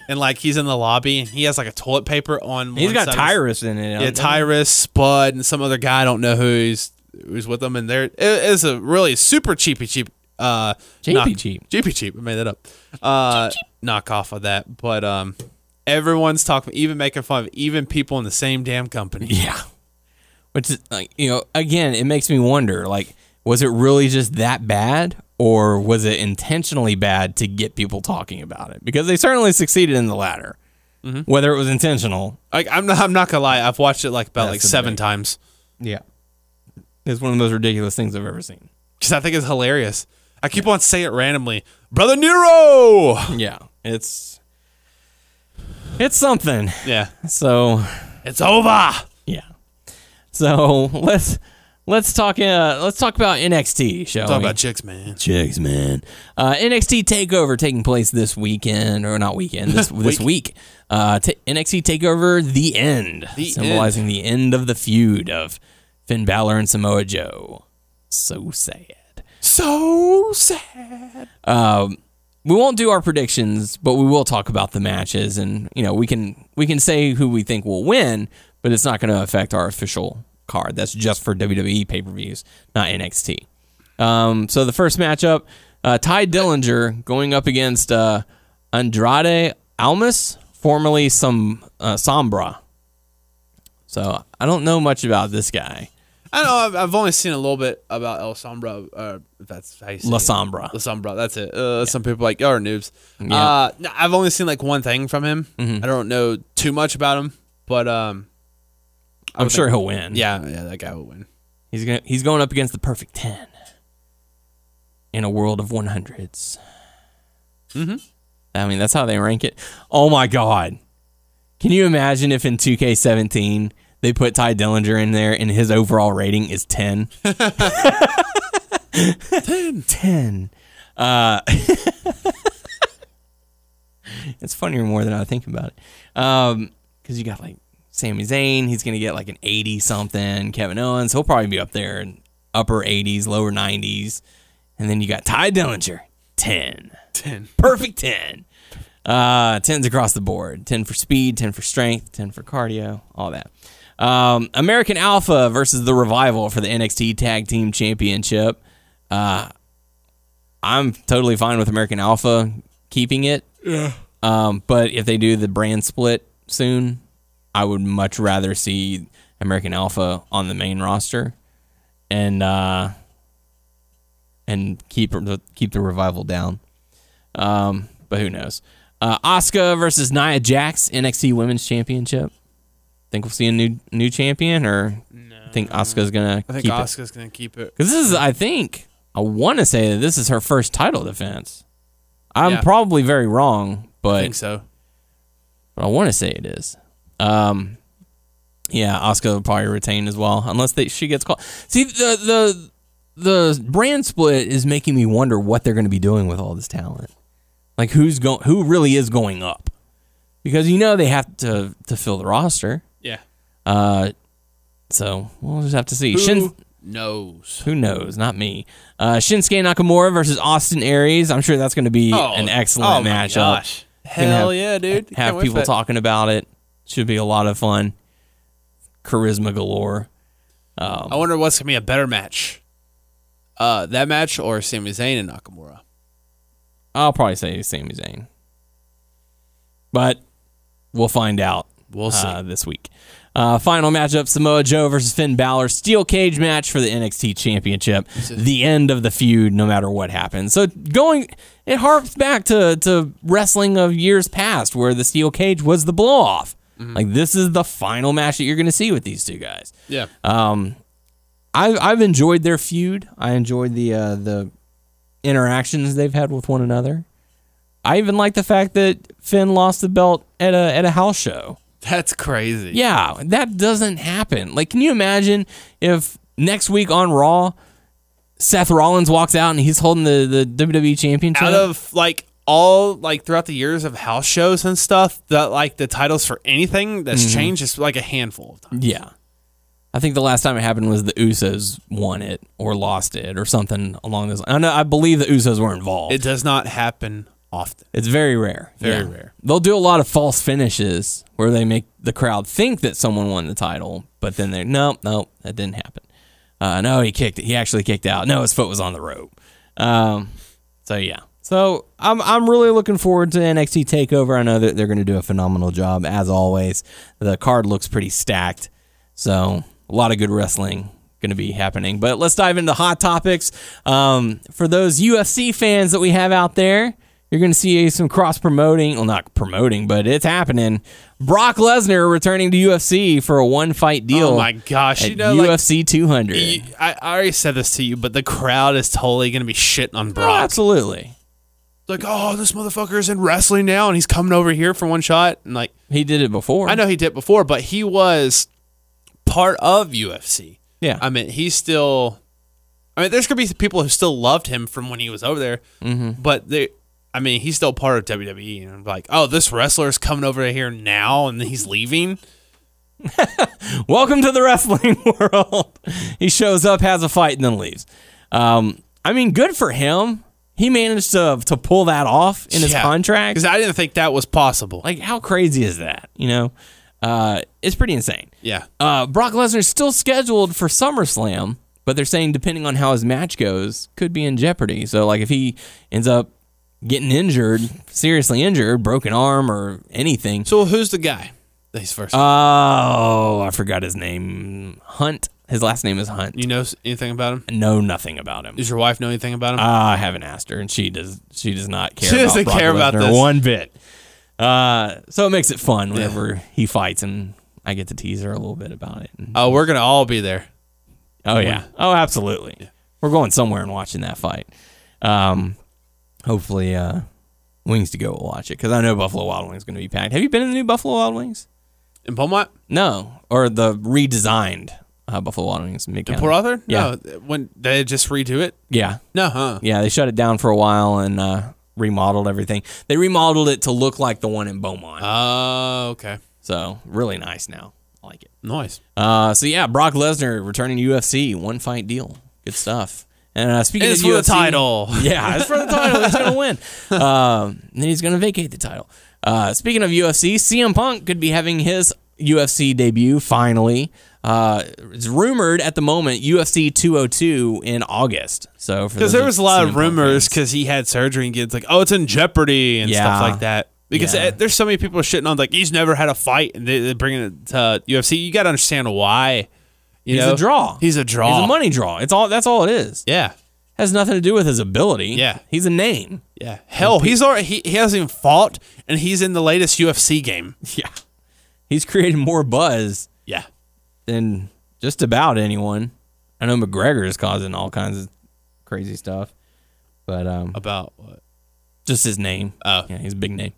D: and like he's in the lobby and he has like a toilet paper on.
C: He's
D: one
C: got
D: side of his-
C: Tyrus in it.
D: yeah, Tyrus, Spud, and some other guy I don't know who's who's with them, and there it is a really super cheapy cheap. Uh,
C: JP
D: knock-
C: cheap.
D: JP cheap. I made that up. Uh, knock off of that, but um, everyone's talking, even making fun of even people in the same damn company.
C: Yeah. Which is like, you know, again, it makes me wonder like, was it really just that bad or was it intentionally bad to get people talking about it? Because they certainly succeeded in the latter.
D: Mm-hmm.
C: Whether it was intentional.
D: Like I'm not, I'm not gonna lie, I've watched it like about
C: That's
D: like
C: the
D: seven
C: big-
D: times
C: Yeah. It's one of the most ridiculous things I've ever seen.
D: because I think it's hilarious. I keep on saying it randomly, brother Nero.
C: Yeah. It's it's something.
D: yeah,
C: So
D: it's over.
C: yeah. So let's let's talk uh let's talk about NXT, shall
D: Talk
C: we?
D: about chicks, man.
C: Chicks, man. Uh, NXT Takeover taking place this weekend, or not weekend, this this week. Uh, ta NXT Takeover, the end,
D: The
C: symbolizing the end of the feud of Finn Balor and Samoa Joe. So sad.
D: So sad.
C: We won't do our predictions, but we will talk about the matches, and you know we can we can say who we think will win, but it's not going to affect our official card. That's just for WWE pay per views, not NXT. Um, so the first matchup, uh, Ty Dillinger going up against uh, Andrade Almas, formerly some uh, Sombra. So I don't know much about this guy,
D: I know I've, I've only seen a little bit about El Sombra. Uh, if that's how you say
C: La
D: it.
C: Sombra.
D: La Sombra. That's it. Uh, Some people are like y'all are noobs. Uh, no, I've only seen like one thing from him.
C: Mm-hmm.
D: I don't know too much about him, but um, I
C: I'm
D: would
C: sure
D: think-
C: he'll win.
D: Yeah, yeah, that guy will win.
C: He's gonna he's going up against the perfect ten in a world of one hundreds. Mm-hmm. I mean, that's how they rank it. Oh my god! Can you imagine if in two K seventeen they put Ty Dillinger in there and his overall rating is ten? ten. Ten. Uh, it's funnier more than I think about it. Um, because you got like Sami Zayn, he's gonna get like an eighty something. Kevin Owens, he'll probably be up there in upper eighties, lower nineties, and then you got Ty Dillinger, ten,
D: Ten.
C: perfect ten. Uh, tens across the board. Ten for speed, ten for strength, ten for cardio, all that. Um, American Alpha versus the Revival for the NXT Tag Team Championship. Uh, I'm totally fine with American Alpha keeping it. Um, but if they do the brand split soon, I would much rather see American Alpha on the main roster, and uh, and keep the keep the revival down. Um, but who knows? Uh, Asuka versus Nia Jax NXT Women's Championship. Think we'll see a new new champion, or think Asuka's gonna
D: I think
C: keep it?
D: Oscar's gonna keep it.
C: Because this is, I think, I want to say that this is her first title defense. I'm
D: Yeah.
C: probably very wrong,
D: I
C: but
D: think so.
C: but I want to say it is. Um, yeah, Oscar will probably retain as well, unless they, she gets caught. See, the the the brand split is making me wonder what they're going to be doing with all this talent. Like who's going, who really is going up? Because you know they have to to fill the roster.
D: Yeah.
C: Uh, so we'll just have to see.
D: Who
C: Shin-
D: knows?
C: who knows? Not me. Uh, Shinsuke Nakamura versus Austin Aries. I'm sure that's going to be
D: Oh,
C: an
D: oh
C: excellent
D: my
C: matchup.
D: gosh.
C: Gonna
D: Hell
C: have-
D: yeah, dude! Can't
C: Have
D: wait for
C: people
D: that.
C: talking about it. Should be a lot of fun. Charisma galore.
D: I wonder what's gonna be a better match. Uh, that match or Sami Zayn and Nakamura.
C: I'll probably say Sami Zayn, but we'll find out.
D: We'll see.
C: uh, this week. Uh, final matchup: Samoa Joe versus Finn Balor steel cage match for the NXT Championship. The end of the feud, no matter what happens. So going, it harps back to to wrestling of years past, where the steel cage was the blow off.
D: Mm-hmm.
C: Like this is the final match that you're going to see with these two guys.
D: Yeah.
C: Um, I've I've enjoyed their feud. I enjoyed the uh, the interactions they've had with one another. I even like the fact that Finn lost the belt at a at a house show.
D: That's crazy.
C: Yeah, that doesn't happen. Like, can you imagine if next week on Raw, Seth Rollins walks out and he's holding the, the WWE Championship?
D: Out of like all like throughout the years of house shows and stuff, that like the titles for anything that's changed is like a handful of times.
C: yeah. I think the last time it happened was the Usos won it or lost it or something along those lines. I know, I believe the Usos were involved.
D: It does not happen often.
C: It's very rare.
D: Very rare.
C: They'll do a lot of false finishes where they make the crowd think that someone won the title, but then they're, no, no, that didn't happen. Uh, no, he kicked it. He actually kicked out. No, his foot was on the rope. Um, so, yeah. So I'm, I'm really looking forward to NXT TakeOver. I know that they're going to do a phenomenal job, as always. The card looks pretty stacked. So a lot of good wrestling going to be happening. But let's dive into hot topics. Um, for those UFC fans that we have out there, you're going to see some cross promoting. Well, not promoting, but it's happening. Brock Lesnar returning to UFC for a one fight deal.
D: Oh my gosh,
C: At
D: you know, like-
C: UFC 200.
D: You- I, I already said this to you, but the crowd is totally gonna be shitting on
C: Oh,
D: Brock.
C: absolutely.
D: like, oh, this motherfucker is in wrestling now, and he's coming over here for one shot. And like,
C: He did it before.
D: I know he did before, but he was part of UFC.
C: Yeah.
D: I mean, he's still. I mean, there's gonna be people who still loved him from when he was over there,
C: Mm-hmm.
D: but they. I mean, he's still part of WWE, and like, oh, this wrestler is coming over here now, and he's leaving.
C: Welcome to the wrestling world. he shows up, has a fight, and then leaves. Um, I mean, good for him. He managed to to pull that off in his contract.
D: because I didn't think that was possible.
C: Like, how crazy is that? You know, uh, it's pretty insane.
D: yeah,
C: Uh, Brock Lesnar's still scheduled for SummerSlam, but they're saying depending on how his match goes, could be in jeopardy. So, like, if he ends up getting injured, seriously injured, broken arm or anything.
D: So who's the guy? that He's first.
C: Uh, Oh, I forgot his name. Hunt. His last name is Hunt.
D: you know s- anything about him?
C: know nothing about him.
D: Does your wife know anything about him?
C: I haven't asked her, and she does. She does not care.
D: She
C: about
D: doesn't
C: Brock
D: care about
C: Lesnar
D: this.
C: one bit. Uh, so it makes it fun whenever he fights, and I get to tease her a little bit about it. And-
D: Oh, we're gonna all be there.
C: oh yeah, oh absolutely. We're going somewhere and watching that fight. Um, hopefully, uh, Wings to go will watch it because I know Buffalo Wild Wings is going to be packed. Have you been in the new Buffalo Wild Wings?
D: In Beaumont,
C: No, or the redesigned uh, Buffalo Wild Wings in Mid
D: Port
C: County.
D: Arthur.
C: Yeah.
D: No, when they just redo it.
C: Yeah,
D: No, huh?
C: Yeah, they shut it down for a while and uh, remodeled everything. They remodeled it to look like the one in Beaumont.
D: Oh, okay.
C: so really nice now. I like it.
D: Nice.
C: Uh, so yeah, Brock Lesnar returning to UFC, one fight deal. Good stuff. And uh, speaking
D: It's
C: of
D: for the
C: UFC
D: title.
C: yeah, it's for the title. He's gonna win. Um, and then he's gonna vacate the title. Uh, speaking of UFC, CM Punk could be having his UFC debut finally. Uh, it's rumored at the moment UFC 202 in August. So
D: Because there was a lot of rumors because he had surgery and kids like, oh, it's in jeopardy and
C: Yeah.
D: stuff like that. Because
C: Yeah.
D: uh, there's so many people shitting on like he's never had a fight and they, they're bringing it to UFC. You got to understand why. You
C: He's
D: know?
C: a draw.
D: He's a draw.
C: He's a money draw. It's all. That's all it is.
D: Yeah.
C: Has nothing to do with his ability.
D: Yeah.
C: He's a name.
D: Yeah. Hell, he's already, he, he hasn't even fought and he's in the latest UFC game.
C: Yeah. He's created more buzz
D: Yeah.
C: than just about anyone. I know McGregor is causing all kinds of crazy stuff, but um,
D: About what?
C: just his name.
D: Oh.
C: yeah, he's a big name.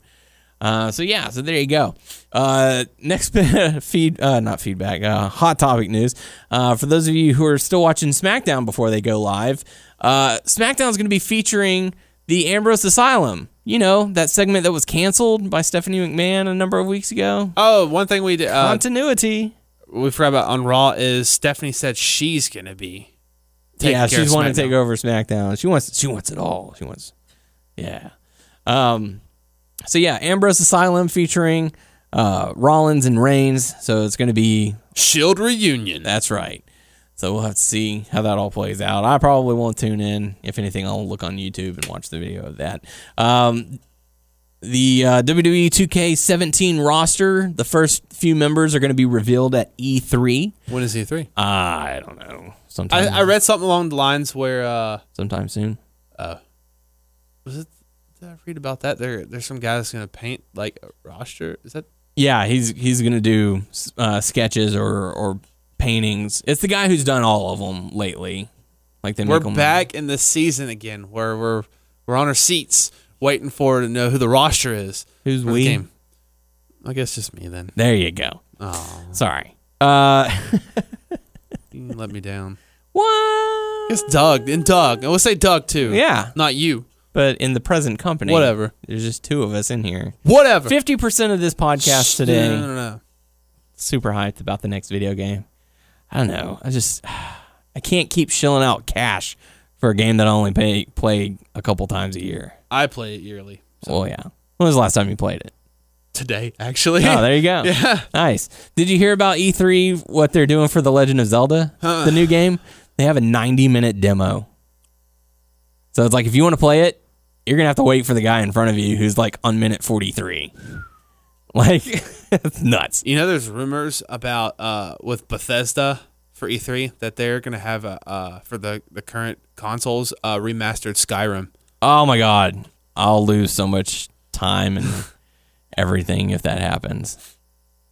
C: Uh, so yeah, so there you go. Uh, next bit of feed, uh, not feedback, uh, hot topic news. Uh, for those of you who are still watching SmackDown before they go live, uh, SmackDown is going to be featuring the Ambrose Asylum. You know that segment that was canceled by Stephanie McMahon a number of weeks ago.
D: Oh, one thing we did. Uh,
C: Continuity.
D: we forgot about on Raw is Stephanie said she's gonna be. taking
C: yeah,
D: care of
C: she's wanting to
D: SmackDown.
C: take over SmackDown. She wants she wants it all. She wants Yeah. Um so yeah, Ambrose Asylum featuring uh Rollins and Reigns. So it's gonna be
D: Shield reunion.
C: that's right. So we'll have to see how that all plays out. I probably won't tune in. If anything, I'll look on YouTube and watch the video of that. Um, the uh, WWE 2K17 roster, the first few members are going to be revealed at E3.
D: When is E three?
C: I don't know. Sometime,
D: I, I read something along the lines where uh
C: sometime soon.
D: was it did I read about that? There there's some guys gonna paint like a roster. Is that
C: Yeah, he's he's gonna do uh, sketches or or paintings. It's the guy who's done all of them lately. Like they
D: We're
C: make 'em-
D: back in the season again, where we're we're on our seats waiting for to know who the roster is.
C: Who's
D: for the
C: we?
D: game. I guess just me then.
C: There you go.
D: Oh,
C: Sorry. Uh,
D: you let me down.
C: what?
D: It's Doug and Doug. I will say Doug too.
C: Yeah,
D: not you.
C: but in the present company,
D: Whatever.
C: There's just two of us in here.
D: Whatever.
C: Fifty percent of this podcast today.
D: No, no, no, no.
C: super hyped about the next video game. I don't know. I just I can't keep shilling out cash for a game that I only pay, play a couple times a year.
D: I play it yearly
C: Oh yeah. When was the last time you played it?
D: today. Actually,
C: Oh, there you go.
D: Yeah.
C: Nice. Did you hear about E3 what they're doing for The Legend of Zelda, the new game? They have a 90-minute demo. So it's like if you want to play it, you're going to have to wait for the guy in front of you who's like on minute 43. Like it's nuts.
D: You know, there's rumors about uh, with Bethesda for E3 that they're gonna have a uh, for the the current consoles uh, remastered Skyrim.
C: Oh my god, I'll lose so much time and everything if that happens.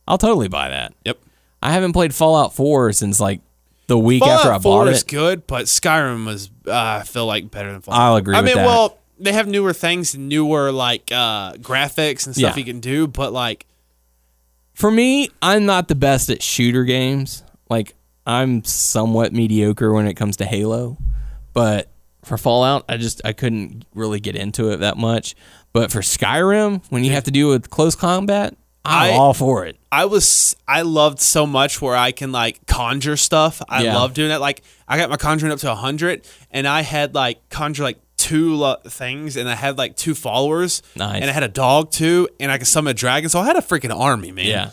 C: I'll totally buy that.
D: Yep.
C: I haven't played Fallout 4 since like the week after I
D: Fallout
C: bought
D: 4
C: it.
D: is good, but Skyrim was uh, I feel like better than Fallout.
C: I'll agree
D: I
C: with
D: mean,
C: that.
D: well, they have newer things, newer like uh, graphics and stuff
C: Yeah.
D: you can do, but like
C: For me, I'm not the best at shooter games. Like I'm somewhat mediocre when it comes to Halo, but for Fallout, I just I couldn't really get into it that much. But for Skyrim, when you have to deal with close combat, I'm
D: I-
C: all for it.
D: I was I loved so much where I can like conjure stuff. I
C: Yeah.
D: love doing it. Like I got my conjuring up to hundred, and I had like conjure like two lo- things, and I had like two followers,
C: Nice.
D: and I had a dog too, and I could summon a dragon. So I had a freaking army, man.
C: Yeah.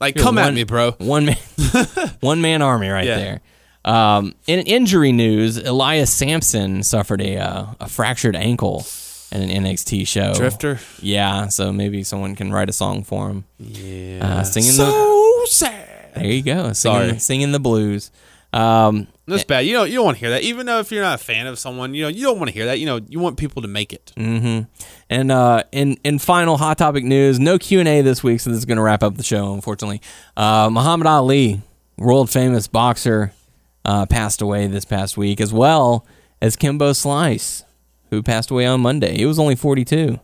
D: like
C: Dude,
D: come at
C: one-
D: me, bro.
C: One man, one man army right
D: Yeah.
C: there. Um, in injury news, Elias Sampson suffered a uh, a fractured ankle in an NXT show.
D: Drifter.
C: Yeah, so maybe someone can write a song for him.
D: Yeah.
C: Uh, singing the
D: so Oh, sad.
C: there you go. Singing,
D: Sorry.
C: singing the blues. Um,
D: That's bad. You know you don't want to hear that. Even though if you're not a fan of someone, you know you don't want to hear that. You know you want people to make it.
C: mm-hmm. And uh, in in final hot topic news, no Q and A this week, so this is going to wrap up the show. Unfortunately, uh, Muhammad Ali, world famous boxer, uh, passed away this past week, as well as Kimbo Slice, who passed away on Monday. He was only forty two.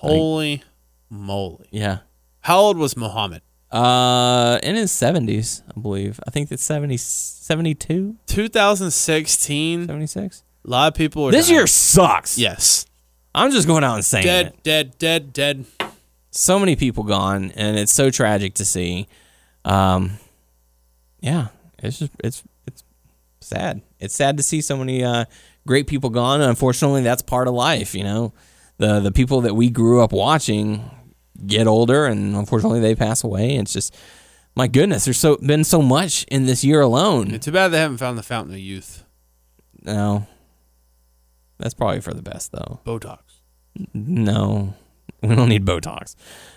D: Holy moly!
C: Yeah,
D: How old was Muhammad?
C: uh, in his seventies, I believe. I think it's 70, 72,
D: 2016.
C: 76.
D: A lot of people. Are
C: This
D: dying.
C: year sucks.
D: yes,
C: I'm just going out and saying it.
D: dead, dead, dead, dead.
C: so many people gone, and it's so tragic to see. Um, yeah, it's just it's it's sad. It's sad to see so many uh, great people gone. And unfortunately, that's part of life. You know, the the people that we grew up watching get older, and unfortunately, they pass away. And it's just my goodness, there's so been so much in this year alone.
D: Too bad they haven't found the fountain of youth.
C: No, that's probably for the best though.
D: Botox.
C: No, we don't need Botox.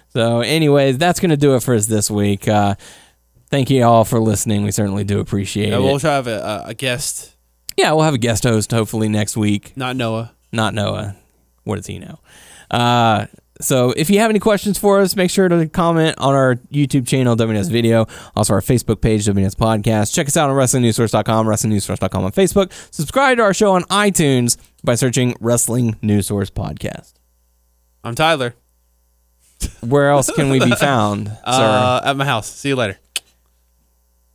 C: So, anyways, that's going to do it for us this week. Uh, thank you all for listening. We certainly do appreciate
D: Yeah, we'll
C: it.
D: try to have a, a, a guest,
C: Yeah, we'll have a guest host hopefully next week.
D: not Noah.
C: Not Noah. What does he know? Uh, so, if you have any questions for us, make sure to comment on our YouTube channel, WNS Video, also our Facebook page, WNS Podcast. Check us out on WrestlingNewsSource.com, WrestlingNewsSource.com on Facebook. Subscribe to our show on iTunes by searching Wrestling News Source Podcast.
D: I'm Tyler.
C: Where else can we be found, sir?
D: Uh, at my house. See you later.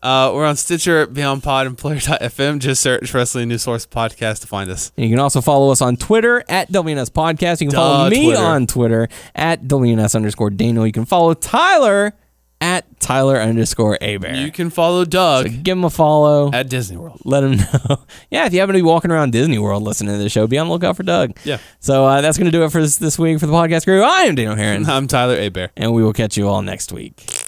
D: Uh, we're on Stitcher, Beyond Pod, and Player.fm. Just search Wrestling News Source Podcast to find us.
C: And you can also follow us on Twitter at WNS Podcast. You can
D: Duh,
C: follow me
D: Twitter.
C: on Twitter at WNS underscore Daniel. You can follow Tyler at Tyler underscore Abear.
D: You can follow Doug
C: Give him a follow.
D: at Disney World.
C: let him know. yeah, if you happen to be walking around Disney World listening to the show, be on the lookout for Doug.
D: Yeah.
C: So uh, that's going to do it for us this week for the podcast crew. I am Daniel Herron,
D: I'm Tyler Abear.
C: and we will catch you all next week.